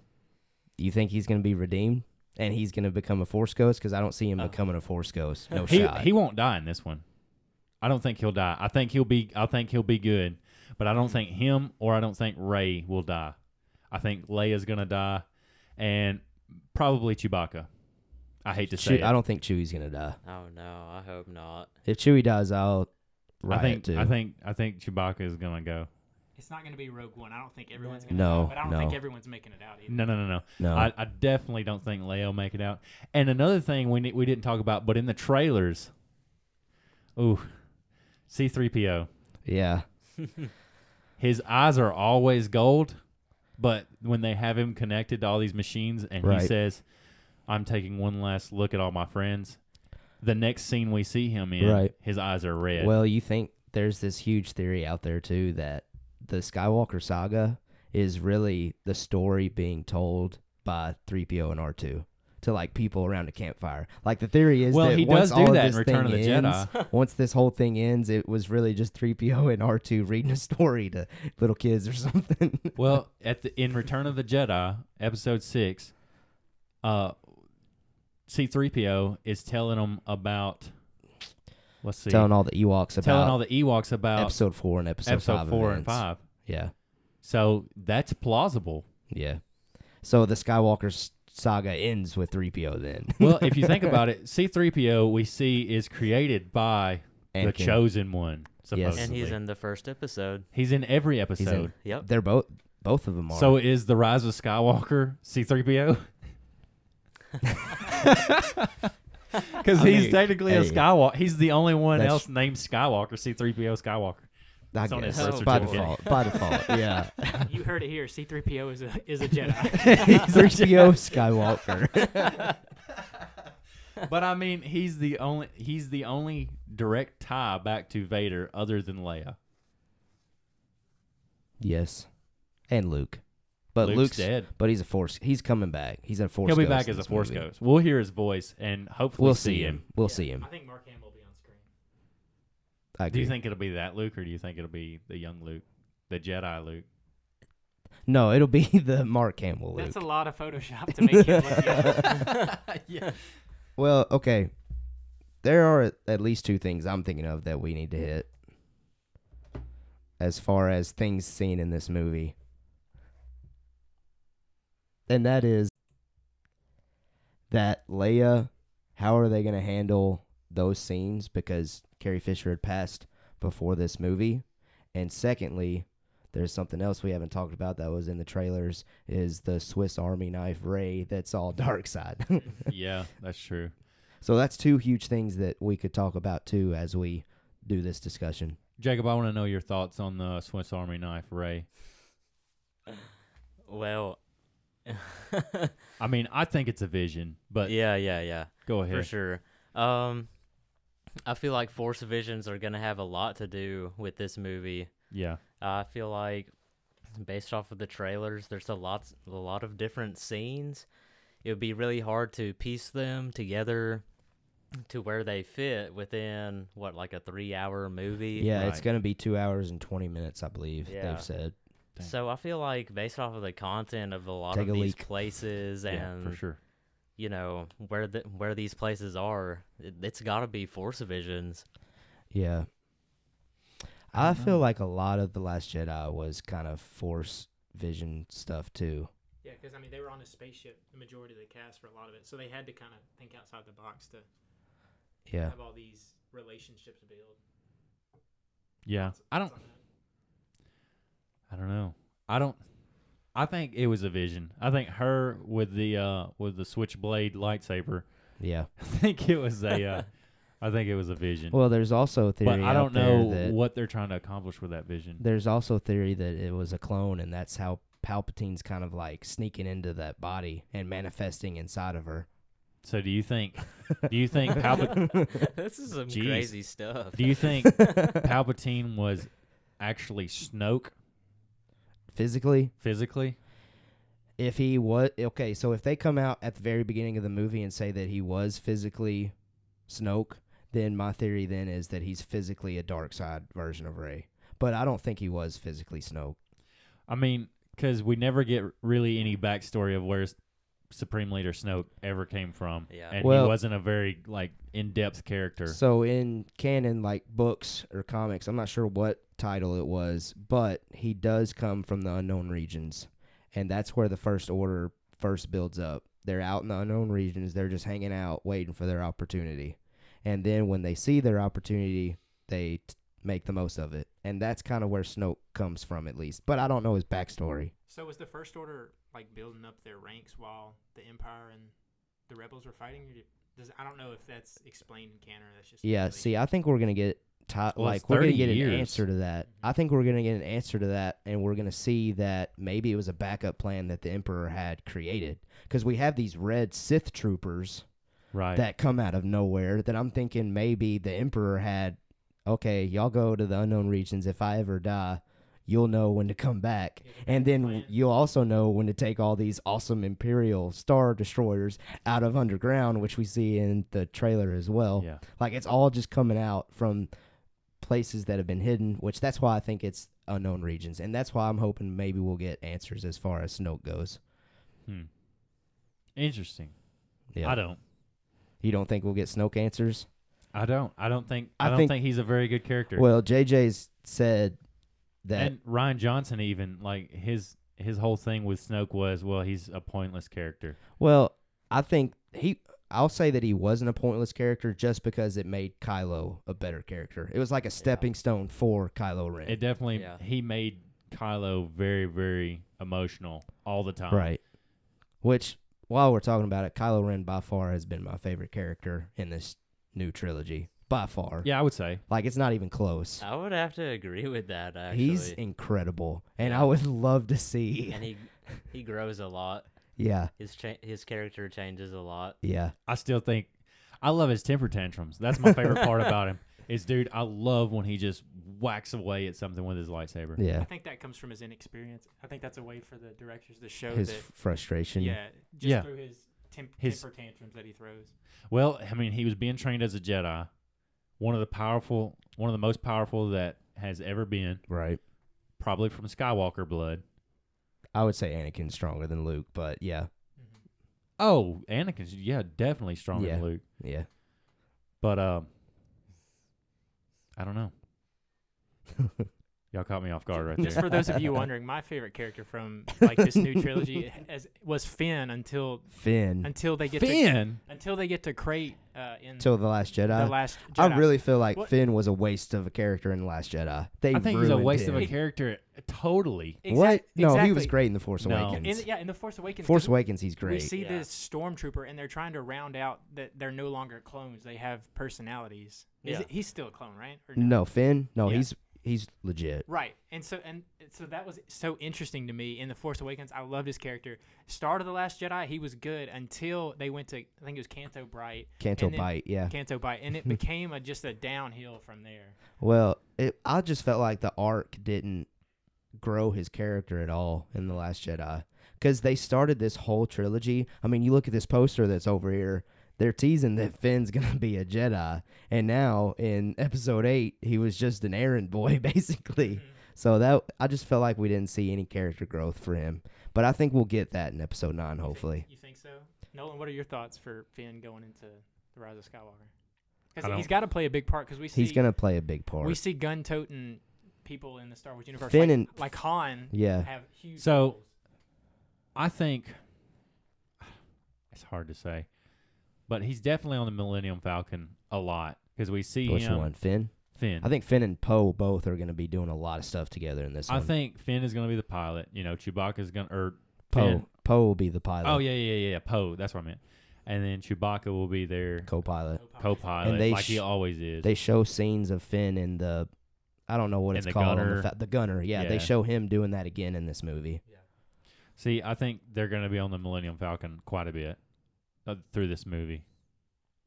A: Do you think he's going to be redeemed and he's going to become a Force Ghost? Because I don't see him becoming a Force Ghost. No
B: Uh-huh. He
A: shot.
B: he won't die in this one. I don't think he'll die. I think he'll be. I think he'll be good. But I don't think him or I don't think Ray will die. I think Leia's gonna die, and probably Chewbacca. I hate to say
A: Chew-
B: it.
A: I don't think Chewie's gonna die.
D: Oh no, I hope not.
A: If Chewie dies, I'll riot
B: I think
A: too.
B: I think I think Chewbacca is gonna go.
C: It's not going to be Rogue One. I don't think everyone's going to.
A: No,
C: but I don't
A: no.
C: think everyone's making it out either.
B: No, no, no, no.
A: no.
B: I, I definitely don't think Leia will make it out. And another thing we ne- we didn't talk about, but in the trailers, ooh, C three PO,
A: yeah,
B: his eyes are always gold, but when they have him connected to all these machines, and
A: Right.
B: he says, "I'm taking one last look at all my friends." The next scene we see him in,
A: Right.
B: his eyes are red.
A: Well, you think there's this huge theory out there too that the Skywalker saga is really the story being told by 3PO and R2 to like people around a campfire. Like the theory is
B: Well,
A: that
B: he
A: once
B: does do
A: all
B: that in
A: this
B: Return of
A: thing
B: the
A: ends,
B: Jedi.
A: once this whole thing ends, it was really just 3PO and R2 reading a story to little kids or something.
B: well, at the in Return of the Jedi, episode six, uh, C three PO is telling them about. Let's see,
A: telling all the Ewoks about
B: telling all the Ewoks about episode,
A: episode 4 and episode, 5
B: four and
A: events.
B: five.
A: Yeah.
B: So that's plausible.
A: Yeah. So the Skywalker s- saga ends with 3PO then.
B: Well, if you think about it, C3PO we see is created by the
A: Anakin.
B: chosen one,
A: Yes.
B: supposedly.
D: and he's in the first episode.
B: He's in every episode.
D: Yep.
A: They're both both of them are.
B: So is the Rise of Skywalker C3PO? Because
A: I
B: he's
A: mean,
B: technically a
A: hey,
B: Skywalker. He's the only one
A: that's-
B: else named Skywalker, C3PO Skywalker.
A: I
B: it's on his
A: guess
D: birth
A: by default.
B: certificate.
A: By default, yeah.
C: You heard it here. C3PO is a is a Jedi.
A: 3PO Skywalker.
B: But I mean, he's the only he's the only direct tie back to Vader other than Leia.
A: yes, and Luke, but
B: Luke's
A: Luke's,
B: dead.
A: But he's a force. He's coming back. He's a force.
B: He'll be
A: ghost
B: back
A: in
B: as a
A: this
B: Force
A: movie.
B: Ghost. We'll hear his voice and hopefully
A: We'll
B: see him.
A: We'll
C: Yeah,
A: see him.
C: I think Mark Hamill will be on screen.
A: I
B: Do you
A: agree.
B: think it'll be that Luke, or do you think it'll be the young Luke, the Jedi Luke?
A: No, it'll be the Mark Hamill Luke.
C: That's a lot of Photoshop to make him look young.
A: Well, okay. There are at least two things I'm thinking of that we need to hit as far as things seen in this movie. And that is that Leia, how are they going to handle those scenes? Because Carrie Fisher had passed before this movie. And secondly, there's something else we haven't talked about that was in the trailers is the Swiss Army knife Ray that's all dark side.
B: yeah, that's true.
A: So that's two huge things that we could talk about too as we do this discussion.
B: Jacob, I want to know your thoughts on the Swiss Army knife, Ray.
D: Well,
B: I mean, I think it's a vision, but
D: yeah, yeah, yeah.
B: go ahead.
D: for sure. Um, I feel like Force Visions are gonna have a lot to do with this movie.
B: Yeah,
D: I feel like based off of the trailers, there's a lot, a lot of different scenes. It would be really hard to piece them together to where they fit within what like a three-hour movie.
A: Yeah, it's
B: Right.
A: going to be two hours and 20 minutes, I believe
D: Yeah.
A: they've said.
B: Dang.
D: So I feel like based off of the content of a lot
A: Take
D: of
A: a
D: these
A: leak.
D: places and
B: yeah, for sure.
D: you know where the, where these places are, it, it's got to be Force Visions.
A: Yeah. I, feel like a lot of The Last Jedi was kind of force vision stuff too.
C: Yeah, because I mean they were on a spaceship. The majority of the cast for a lot of it, so they had to kind of think outside the box to
A: Yeah.
C: have all these relationships to build.
B: Yeah, I don't. I don't know. I don't. I think it was a vision. I think her with the uh with the switchblade lightsaber.
A: Yeah.
B: I think it was a. Uh, I think it was a vision.
A: Well, there's also a theory
B: but I
A: out
B: don't
A: there
B: know
A: that
B: what they're trying to accomplish with that vision.
A: there's also a theory that it was a clone and that's how Palpatine's kind of like sneaking into that body and manifesting inside of her.
B: So do you think? Do you think Palpa-
D: this is some
B: Jeez.
D: crazy stuff.
B: Do you think Palpatine was actually Snoke
A: Physically,
B: physically?
A: if he was okay so if they come out at the very beginning of the movie and say that he was physically snoke then my theory then is that he's physically a dark side version of ray but i don't think he was physically snoke
B: I mean, because we never get really any backstory of where S- Supreme Leader Snoke ever came from.
D: Yeah.
B: And he
A: Well-
B: wasn't a very like in depth character.
A: so in canon like books or comics i'm not sure what title it was but he does come from the unknown regions and that's where the first order first builds up they're out in the unknown regions they're just hanging out waiting for their opportunity and then when they see their opportunity they t- make the most of it and that's kind of where snoke comes from at least but i don't know his backstory
C: So was the First Order like building up their ranks while the Empire and the Rebels were fighting? Or did- Does I don't know if that's explained in canon. Or that's just
A: yeah
C: really-
A: see i think we're gonna get ti-
B: Well, it's
A: like we're gonna
B: 30
A: get
B: years.
A: an answer to that i think we're gonna get an answer to that and we're gonna see that maybe it was a backup plan that the emperor had created because we have these red sith troopers
B: right.
A: that come out of nowhere that I'm thinking maybe the emperor had okay, y'all go to the unknown regions if I ever die, you'll know when to come back. And then you'll also know when to take all these awesome imperial star destroyers out of underground which we see in the trailer as well.
B: yeah.
A: Like it's all just coming out from places that have been hidden, which that's why I think it's unknown regions. And that's why I'm hoping maybe we'll get answers as far as Snoke goes.
B: Hmm. Interesting.
A: Yeah.
B: I don't.
A: you don't think we'll get Snoke answers?
B: I don't. I don't think. I,
A: I
B: don't think,
A: think-
B: he's a very good character.
A: Well, JJ's said that
B: and Ryan Johnson even like his his whole thing with Snoke was, well, he's a pointless character.
A: Well, I think he. I'll say that he wasn't a pointless character just because it made Kylo a better character. It was like a stepping stone for Kylo Ren.
B: It definitely
D: Yeah.
B: he made Kylo very very emotional all the
C: Um,
B: time.
A: right. Which, while we're talking about it, Kylo Ren by far has been my favorite character in this new trilogy. By far.
B: Yeah, I would say.
A: Like, it's not even
C: Uh,
A: close.
D: I would have to agree with that actually.
A: He's incredible. And I
D: Yeah.
A: would love to see.
D: and he he grows a lot.
A: Yeah.
D: His cha- his character changes a lot.
A: Yeah.
B: I still think I love his temper tantrums. That's my favorite part about him. Is dude, I love when he just whacks away at something with his lightsaber.
A: Yeah.
C: I think that comes from his inexperience. I think that's a way for the directors to show
A: His
C: that.
A: frustration.
C: Yeah, just
B: Yeah.
C: through his, temp-
B: His-
C: temper tantrums that he throws.
B: Well, I mean, he was being trained as a Jedi, one of the powerful, one of the most powerful that has ever been,
A: Right.
B: probably from Skywalker blood.
A: I would say Anakin's stronger than Luke, but yeah.
C: Mm-hmm.
B: Oh, Anakin's yeah, definitely stronger
A: Yeah.
B: than Luke.
A: Yeah.
B: But um, I don't know. Y'all caught me off guard right
C: Just
B: there.
C: for those of you wondering, my favorite character from like this new trilogy as, was Finn until
A: Finn.
C: until they get to,
B: Finn,
C: until they get to crate uh, in
A: Until The Last Jedi.
C: the last. Jedi.
A: I really feel like
C: What-
A: Finn was a waste of a character in The Last Jedi. They
B: I think he's a
A: ruined
B: waste of a
A: him.
B: character. uh, Totally.
C: Exac-
A: what? No, he was
C: exactly.
A: great in The Force
B: No.
A: Awakens.
C: In, yeah, in the Force Awakens. 'cause
A: Force Awakens, he's
C: We
A: great.
C: see
D: Yeah.
C: this stormtrooper, and they're trying to round out that they're no longer clones; they have personalities. Is
D: Yeah.
C: it, he's still a clone, right? Or
A: no, Finn. No,
B: Yeah.
A: he's he's legit.
C: Right, and so and and so that was so interesting to me in the Force Awakens. I loved his character. Start of the Last Jedi, he was good until they went to I think it was Canto Bright,
A: Canto
C: And then-
A: Bite. Yeah.
C: Canto Bite, and
A: Hmm.
C: it became a, just a downhill from there.
A: Well, it, I just felt like the arc didn't grow his character at all in The Last Jedi. Because they started this whole trilogy. I mean, you look at this poster that's over here, they're teasing that Finn's going to be a Jedi. And now in episode eight, he was just an errand boy,
C: Mm-hmm.
A: basically. So that I just felt like we didn't see any character growth for him. But I think we'll get that in episode nine, hopefully.
C: you think so, Nolan? What are your thoughts for Finn going into the Rise of Skywalker?
B: I
C: Because
B: don't-
C: he's got to play a big part. Because we see
A: He's going to play a big part.
C: we see gun toting people in the Star Wars universe,
A: Finn
C: like,
A: and-
C: like Han,
A: yeah.
C: have huge.
B: So-
C: roles.
B: I think it's hard to say, but he's definitely on the Millennium Falcon a lot because we see
A: Which
B: him.
A: one? Finn?
B: Finn.
A: I think Finn and Poe both are going to be doing a lot of stuff together in this
B: I
A: one.
B: think Finn is going to be the pilot. You know, Chewbacca's going to or Finn.
A: Poe Poe will be the pilot.
B: Oh yeah, yeah, yeah, yeah. Poe. That's what I meant. And then Chewbacca will be their
A: co-pilot.
B: co-pilot,
A: And they
B: like he
A: sh-
B: always is.
A: They show scenes of Finn in the I don't know what
B: In
A: it's
B: the
A: called on
B: gunner.
A: the, fa- the gunner. Yeah, they
B: Yeah.
A: show him doing that again in this movie.
B: see, I think they're going to be on the Millennium Falcon quite a bit uh, through this movie.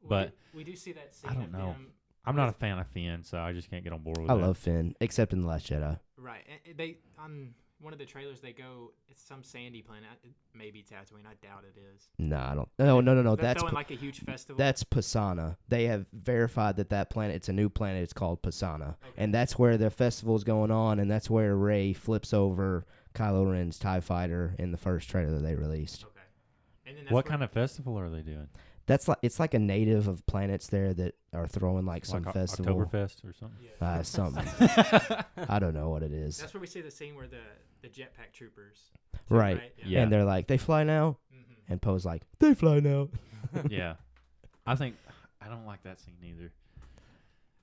C: We
B: but-
C: do- we do, see that. Scene
B: I don't
C: of
B: know.
C: them-
B: I'm not a fan of Finn, so I just can't get on board with
A: I
B: it.
A: love Finn, except in the Last Jedi.
C: Right. and- and They on one of the trailers they go it's some sandy planet, maybe Tatooine. I doubt it is.
A: No, I don't. No, no, no, no.
C: They're
A: That's
C: throwing
A: P-
C: like a huge festival.
A: that's Pisana. They have verified that that planet. It's a new planet. It's called Pisana,
C: Okay.
A: and that's where the festival's going on, and that's where Ray flips over Kylo Ren's Tie Fighter in the first trailer that they released.
C: okay. And then that's
B: What kind of festival are they doing?
A: That's like it's like a native of planets there that are throwing like some
B: like O-
A: festival,
B: Oktoberfest or something?
A: uh, something. I don't know what it is.
C: That's where we see the scene where the the jetpack troopers.
A: Right.
B: Yeah.
A: And they're like, they fly now.
C: Mhm.
A: And Poe's like, they fly now.
B: yeah. I think I don't like that scene either.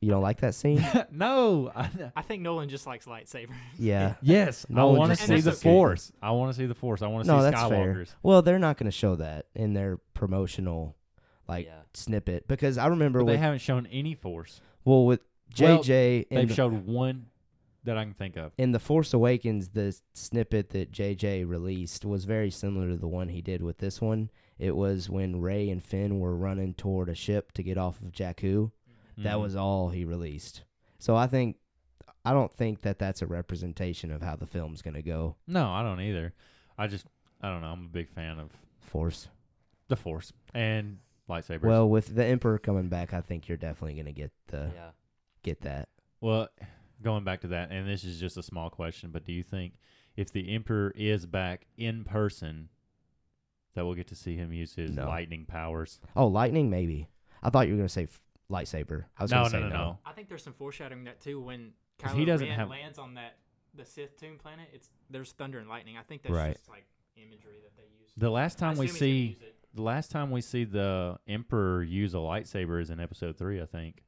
A: You don't like that scene?
B: no. I,
C: I think Nolan just likes lightsabers.
A: Yeah.
B: yes.
A: No
B: I
A: one
B: want
A: just
B: to see
C: likes
B: the
C: to see
A: it.
B: force. I want to see the force. I want to
A: no,
B: see
A: that's
B: Skywalkers.
A: fair. Well, they're not going to show that in their promotional like
D: Yeah.
A: snippet because I remember
B: But they
A: with
B: haven't shown any force.
A: well with
B: Well,
A: JJ in,
B: They've
A: the,
B: showed one that I can think of.
A: in the Force Awakens the snippet that JJ released was very similar to the one he did with this one. It was when Ray and Finn were running toward a ship to get off of Jakku. That
B: Mhm.
A: was all he released. So I think I don't think that that's a representation of how the film's going to go.
B: no, I don't either. I just I don't know. I'm a big fan of
A: Force.
B: the force and lightsabers.
A: Well, with the Emperor coming back, I think you're definitely going to get the
D: Yeah.
A: get that.
B: Well, going back to that, and this is just a small question, but do you think if the Emperor is back in person, that we'll get to see him use his
A: No.
B: lightning powers?
A: Oh, lightning maybe. I thought you were going to say f- lightsaber. I was
B: no,
A: going to
B: no,
A: say
B: no,
A: no,
B: no,
C: I think there's some foreshadowing that too when
B: 'Cause
C: Kylo
B: he doesn't
C: Ren
B: have-
C: lands on that the Sith Tomb Planet, it's there's thunder and lightning. I think that's
B: Right.
C: just like imagery that they use.
B: The last
C: I
B: time we
C: assume he's gonna
B: see
C: use it.
B: the last time we see the Emperor use a lightsaber is in episode three, I think.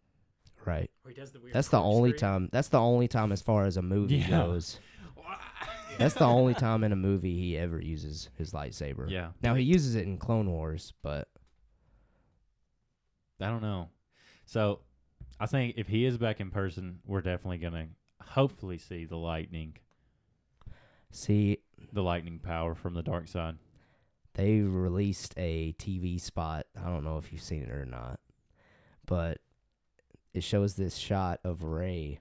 A: Right.
C: Or he does the weird
A: That's the
C: corkscrew.
A: only time. That's the only time as far as a movie
B: Yeah.
A: goes. That's the only time in a movie he ever uses his lightsaber.
B: Yeah.
A: Now he uses it in Clone Wars, but
B: I don't know. So I think if he is back in person, we're definitely gonna hopefully see the lightning
A: see,
B: the lightning power from the dark side.
A: they released a TV spot. I don't know if you've seen it or not, but it shows this shot of Ray,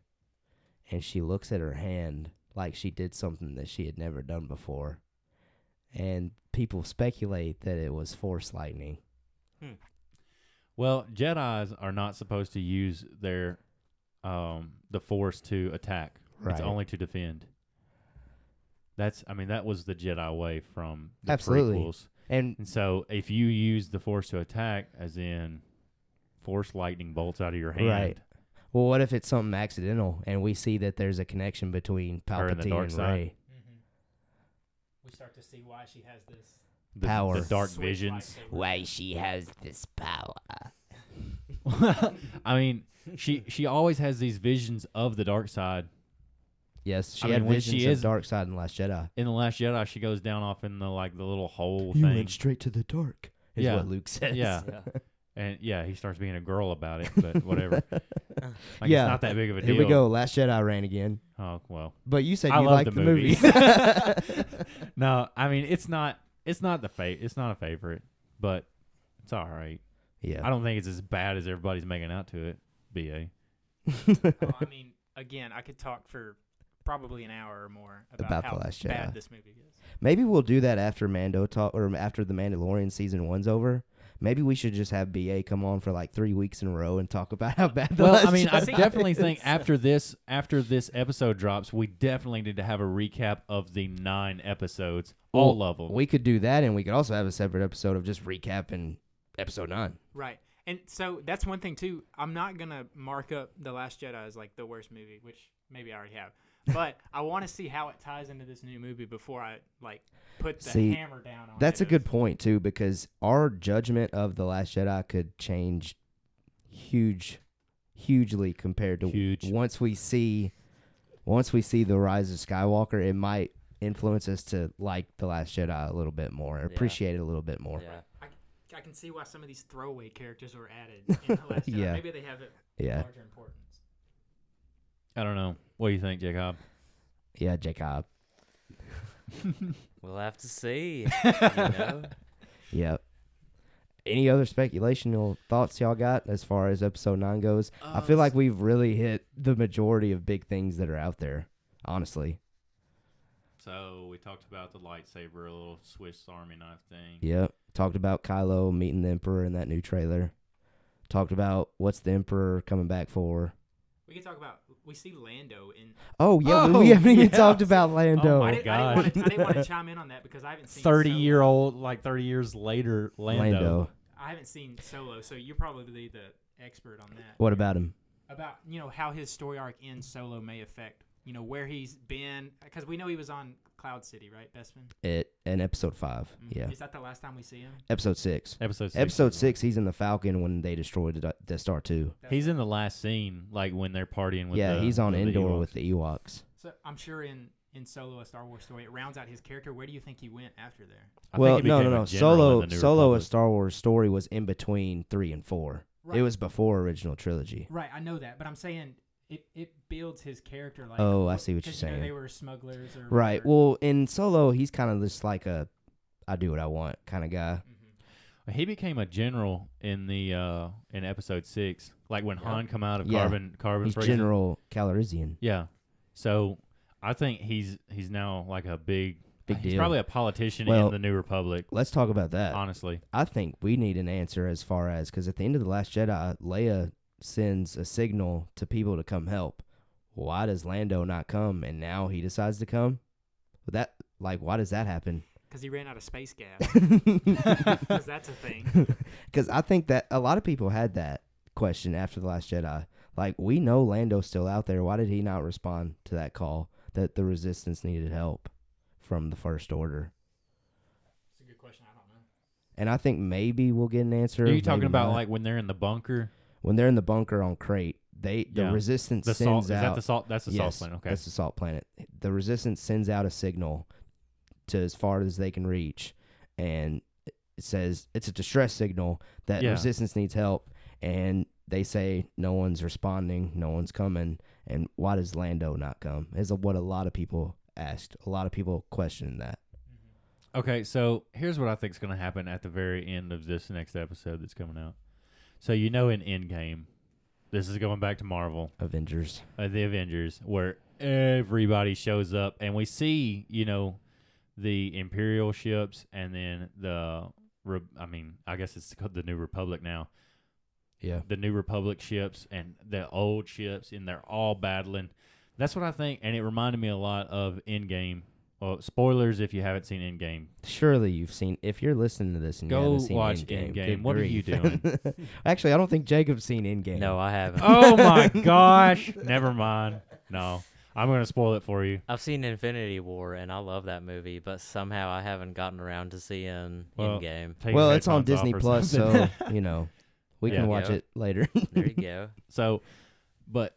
A: and she looks at her hand like she did something that she had never done before, and people speculate that it was Force lightning.
B: Well, Jedi's are not supposed to use their um the force to attack.
A: Right.
B: It's only to defend. That's I mean, that was the Jedi way from the
A: Absolutely.
B: prequels.
A: And
B: And so if you use the force to attack, as in force lightning bolts out of your hand,
A: Right. Well, what if it's something accidental and we see that there's a connection between
B: Her and the
A: Palpatine
B: dark
A: and
B: side.
A: Ray?
C: Mhm. We start to see why she has this
B: the,
A: Power.
B: the dark
C: switch
B: visions.
C: lightsaber.
A: she has this power.
B: I mean, she she always has these visions of the dark side.
A: Yes, she
B: I mean,
A: had
B: when
A: visions
B: she
A: of
B: is-
A: dark side in Last Jedi.
B: In the Last Jedi, she goes down off in the like the little hole thing.
A: straight to the dark, is
B: Yeah.
A: what Luke says.
B: Yeah.
D: Yeah.
B: and yeah, he starts being a girl about it, but whatever. like
A: Yeah.
B: it's not that big of a
A: Here
B: deal.
A: we go. Last Jedi ran again.
B: Oh well.
A: But you said
B: I
A: you
B: love
A: liked
B: the
A: the, movie.
B: No, I mean it's not it's not the fa- it's not a favorite, but it's all right.
A: yeah.
B: I don't think it's as bad as everybody's making out to it. eh? Ba.
C: Well, Oh, I mean, again, I could talk for probably an hour or more about,
A: About The
C: how
A: Last
C: bad
A: Jedi.
C: this movie is.
A: Maybe we'll do that after Mando talk or after the Mandalorian season one's over. Maybe we should just have BA come on for like three weeks in a row and talk about how bad the
B: Well,
A: Last
B: I mean, I
A: Jedi
B: definitely
A: is.
B: think after this after this episode drops, we definitely need to have a recap of the nine episodes, all
A: Well,
B: of them.
A: We could do that, and we could also have a separate episode of just recapping episode nine.
C: Right. And so that's one thing too. I'm not gonna mark up The Last Jedi as like the worst movie, which maybe I already have. But I want to see how it ties into this new movie before I like put the
A: See,
C: hammer down on
A: That's
C: it
A: a good point too, because our judgment of the Last Jedi could change huge, hugely compared to
B: Huge.
A: once we see, once we see the rise of Skywalker, it might influence us to like the Last Jedi a little bit more, appreciate it a little bit more.
D: Yeah.
C: I can see why some of these throwaway characters were added in The Last Jedi.
A: Yeah.
C: Maybe they have it
A: Yeah,
C: larger importance.
B: I don't know. What do you think, Jacob?
A: yeah, Jacob.
D: We'll have to see. you know?
A: Yep. Any other speculational thoughts y'all got as far as episode nine goes? I feel like we've really hit the majority of big things that are out there. Honestly,
B: So we talked about the lightsaber, a little Swiss Army knife thing.
A: yep. Talked about Kylo meeting the Emperor in that new trailer. Talked about what's the Emperor coming back for.
C: We can talk about we see Lando in.
A: Oh yeah, we- we
B: Oh,
A: haven't even
B: yeah.
A: talked about
B: Oh,
A: Lando.
C: I
B: my
C: didn't, I didn't,
A: God.
C: want to, I didn't want to chime in on that because I haven't seen
B: Thirty
C: Solo.
B: year old, like thirty years later, Lando.
A: Lando.
C: I haven't seen Solo, so you're probably the expert on that.
A: What about him?
C: about you know how his story arc in Solo may affect you know where he's been because we know he was on Cloud City, right, Bestman?
A: It in episode five. Yeah,
C: Is that the last time we see him?
A: episode six.
B: Mm-hmm. Episode six.
A: Episode
B: is
A: six. He's in the Falcon when they destroyed the Death Star two.
B: the- He's in the last scene, like when they're partying with.
A: Yeah,
B: the-
A: he's on
B: the
A: Endor
B: Ewoks.
A: with the Ewoks.
C: So I'm sure in in Solo, a Star Wars story, it rounds out his character. Where do you think he went after there?
B: I think
A: well,
B: he
A: no, no,
B: became a
A: no.
B: general in
A: Solo,
B: the New
A: Solo,
B: Republic.
A: a Star Wars story was in between three and four.
C: Right.
A: It was before original trilogy.
C: Right, I know that, but I'm saying it it builds his character. Like,
A: Oh, I see what
C: 'cause,
A: you're
C: you know, they
A: saying.
C: were smugglers, or
A: Right.
C: whatever.
A: Well, in Solo, he's kind of just like a, I do what I want kind of guy.
C: Mhm.
B: He became a general in the uh in episode six, like when
D: Yeah.
B: Han come out of
A: Yeah.
B: carbon carbon
A: He's
B: prison.
A: General Calrissian.
B: Yeah, so I think he's he's now like a big
A: Big
B: he's
A: deal.
B: Probably a politician
A: Well- uh,
B: in the New Republic.
A: Let's talk about that.
B: Honestly,
A: I think we need an answer as far as because at the end of the Last Jedi, Leia sends a signal to people to come help. Why does Lando not come, and now he decides to come? That like, why does that happen?
C: 'Cause he ran out of space gas. Because that's a thing.
A: Because I think that a lot of people had that question after The Last Jedi. Like, we know Lando's still out there. Why did he not respond to that call? that the resistance needed help from the first order.
C: It's a good question. I don't know.
A: And I think maybe we'll get an answer.
B: Are you
A: maybe
B: talking about
A: not.
B: like when they're in the bunker?
A: when they're in the bunker on crate? They the
B: Yeah.
A: resistance
B: The
A: sends
B: salt is
A: out.
B: that the salt? That's the salt
A: Yes,
B: plant. Okay.
A: That's the salt planet. The resistance sends out a signal to as far as they can reach, and it says it's a distress signal that
B: Yeah.
A: resistance needs help. And they say no one's responding, no one's coming. And why does Lando not come? Is what a lot of people asked. A lot of people questioned that.
B: Okay, so here's what I think is going to happen at the very end of this next episode that's coming out. So you know, in Endgame, this is going back to Marvel,
A: Avengers.
B: uh, the Avengers, where everybody shows up, and we see, you know, the Imperial ships, and then the, Re- I mean, I guess it's called the New Republic now,
A: Yeah.
B: the New Republic ships and the old ships, and they're all battling. That's what I think, and it reminded me a lot of Endgame. Well, spoilers if you haven't seen Endgame,
A: Surely you've seen. If you're listening to this and you
B: Go
A: haven't seen
B: watch
A: Endgame,
B: Endgame.
A: good
B: What are you
A: grief. Actually, I don't think Jacob's seen Endgame.
D: No, I haven't.
B: Oh my gosh. Never mind. No. I'm going to spoil it for you.
D: I've seen Infinity War and I love that movie, but somehow I haven't gotten around to seeing
B: Well,
D: Endgame.
B: Take your
A: well, it's on
B: headphones off
A: Disney
B: or
A: Plus, so
B: something.
A: you know we
B: Yeah.
A: can watch
D: Yeah.
A: it later.
D: There you go.
B: so, but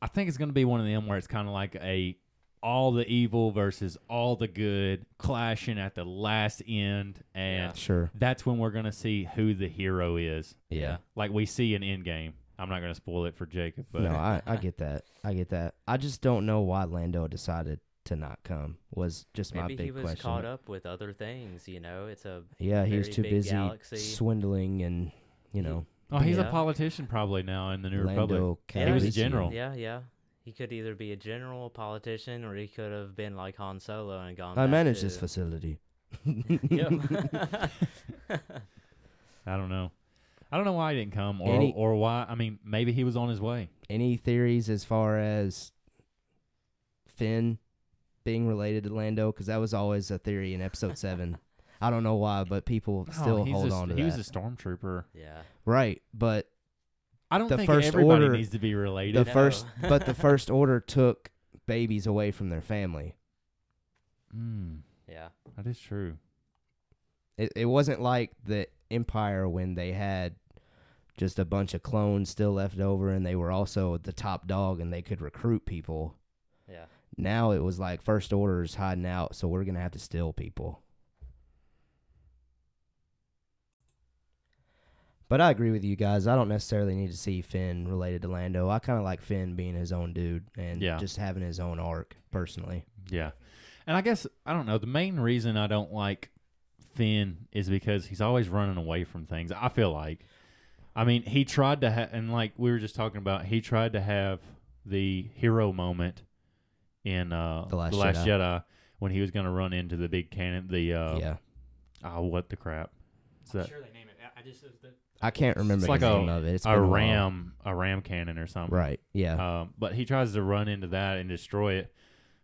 B: I think it's going to be one of them where it's kind of like a all the evil versus all the good clashing at the last end. And
D: Yeah.
A: sure.
B: that's when we're going to see who the hero is.
A: Yeah.
B: Like we see in Endgame. I'm not going to spoil it for Jacob, but
A: no, I, I get that. I get that. I just don't know why Lando decided to not come. Was just my
D: Maybe
A: big
D: he was
A: question.
D: caught up with other things, you know. It's a
A: yeah, he was
D: very
A: too
D: big
A: busy
D: galaxy.
A: swindling and you know
B: oh, he's
D: Yeah.
B: a politician probably now in the New Republic.
A: Lando.
D: Yeah, he was a
A: Calrissian.
B: general.
D: yeah, yeah. He could either be a general, politician, or he could have been like Han Solo and gone.
A: I
D: back
A: manage
D: to...
A: this facility.
D: Yep.
B: I don't know. I don't know why he didn't come or,
A: Any-
B: or why. I mean, maybe he was on his way.
A: Any theories as far as Finn being related to Lando? Because that was always a theory in Episode Seven. I don't know why, but people
B: No,
A: still
B: Oh, he's
A: hold
B: a,
A: on to
B: He
A: that.
B: was a stormtrooper.
D: yeah.
A: Right, but
B: I don't
A: The
B: think
A: First
B: everybody
A: Order-
B: needs to be
A: the
B: related.
D: No.
A: first but the first order took babies away from their family.
B: Mm,
D: Yeah.
B: that is true.
A: It it wasn't like the empire when they had just a bunch of clones still left over and they were also the top dog and they could recruit people.
D: Yeah.
A: Now it was like first orders hiding out, so we're going to have to steal people. But I agree with you guys. I don't necessarily need to see Finn related to Lando. I kind of like Finn being his own dude and
B: Yeah.
A: just having his own arc personally.
B: Yeah, and I guess I don't know. The main reason I don't like Finn is because he's always running away from things. I feel like, I mean, he tried to ha- and like we were just talking about, he tried to have the hero moment in uh,
A: The Last Jedi.
B: Jedi when he was going to run into the big cannon. The uh,
A: yeah.
B: oh, what the crap? Is
C: I'm
B: that
C: sure they name it. I, I just it was the-
A: I can't remember
B: it's like
A: the
B: a-
A: name of it. It's
B: a
A: been while.
B: ram, a ram cannon or something?
A: Right. Yeah.
B: Um, but he tries to run into that and destroy it,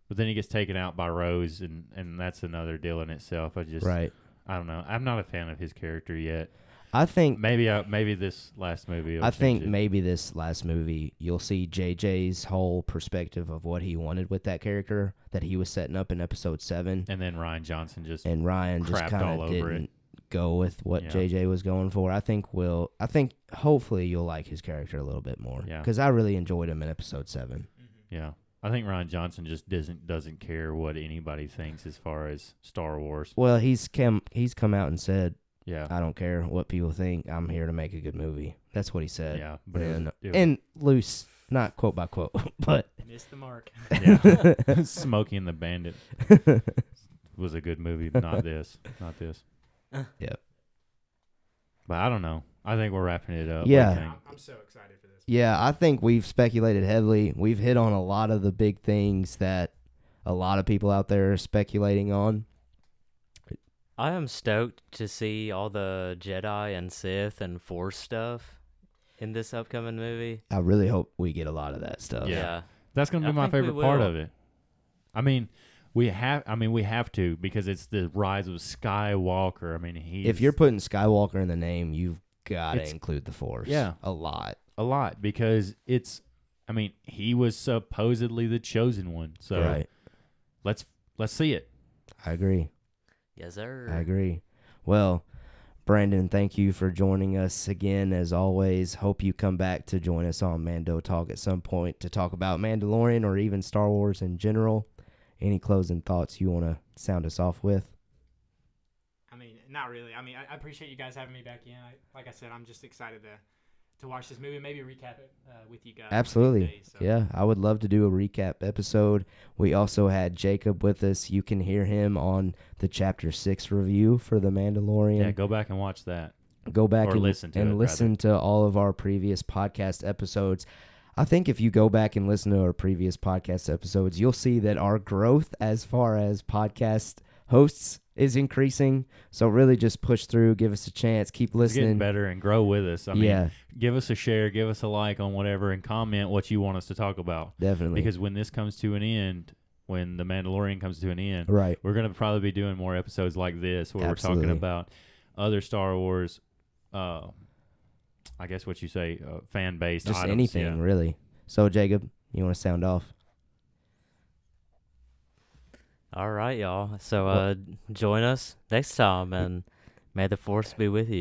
B: but then he gets taken out by Rose, and and that's another deal in itself. I just
A: right.
B: I don't know. I'm not a fan of his character yet.
A: I think
B: Maybe I, maybe this last movie. will
A: I
B: change
A: think
B: it.
A: maybe this last movie you'll see JJ's whole perspective of what he wanted with that character that he was setting up in episode 7
B: And then Ryan Johnson just
A: and Ryan just
B: Crapped
A: kind
B: all
A: of
B: over it.
A: didn't go with what
B: Yeah.
A: JJ was going for. I think will I think hopefully you'll like his character a little bit more
B: Yeah.
A: cuz I really enjoyed him in episode 7.
C: mm-hmm.
B: yeah. I think Ryan Johnson just doesn't doesn't care what anybody thinks as far as Star Wars.
A: Well, he's come he's come out and said,
B: Yeah.
A: I don't care what people think. I'm here to make a good movie. That's what he said.
B: yeah. But it was-
A: And,
B: it was-
A: and loose, not quote by quote, but
C: missed the mark.
B: Yeah. Smokey and the Bandit was a good movie, but not this. Not this.
D: Uh.
A: Yep.
B: But I don't know. I think we're wrapping it up. What do you
A: Yeah.
B: think?
C: I'm, I'm so excited for this.
A: Yeah, I think we've speculated heavily. We've hit on a lot of the big things that a lot of people out there are speculating on.
D: I am stoked to see all the Jedi and Sith and Force stuff in this upcoming movie.
A: I really hope we get a lot of that stuff.
B: Yeah.
D: yeah.
B: That's gonna
D: I
B: be my
D: think we
B: favorite part
D: will.
B: of it. I mean, we have. I mean, we have to because it's the rise of Skywalker. I mean, he
A: If you're putting Skywalker in the name, you've got to
B: It's-
A: include the Force.
B: Yeah.
A: A lot.
B: a lot because it's I mean, he was supposedly the chosen one. So
A: right.
B: let's let's see it.
A: I agree.
D: Yes, sir.
A: I agree. Well, Brandon, thank you for joining us again as always. Hope you come back to join us on Mando Talk at some point to talk about Mandalorian or even Star Wars in general. Any closing thoughts you want to sound us off with?
C: I mean, not really. I mean, I, I appreciate you guys having me back in. I, like I said, I'm just excited to to watch this movie. and Maybe recap it uh, with you guys. one of these
A: Absolutely.
C: days, so.
A: Yeah, I would love to do a recap episode. We also had Jacob with us. You can hear him on the chapter 6 review for The Mandalorian.
B: Yeah, go back and watch that.
A: go back
B: Or
A: and
B: listen to
A: and
B: it, rather.
A: listen to all of our previous podcast episodes. I think if you go back and listen to our previous podcast episodes, you'll see that our growth as far as podcast hosts is increasing. So really just push through, give us a chance, keep
B: It's getting
A: listening.
B: better and grow with us. I mean,
A: yeah,
B: give us a share, give us a like on whatever, and comment what you want us to talk about.
A: definitely.
B: Because when this comes to an end, when The Mandalorian comes to an end,
A: right.
B: we're going to probably be doing more episodes like this where we're
A: Absolutely.
B: talking about other Star Wars, uh, I guess what you say, uh, fan based
A: Just
B: items.
A: anything
B: Yeah.
A: really. So Jacob, you want to sound off?
D: All right, y'all. So uh, join us next time, and may the force be with you.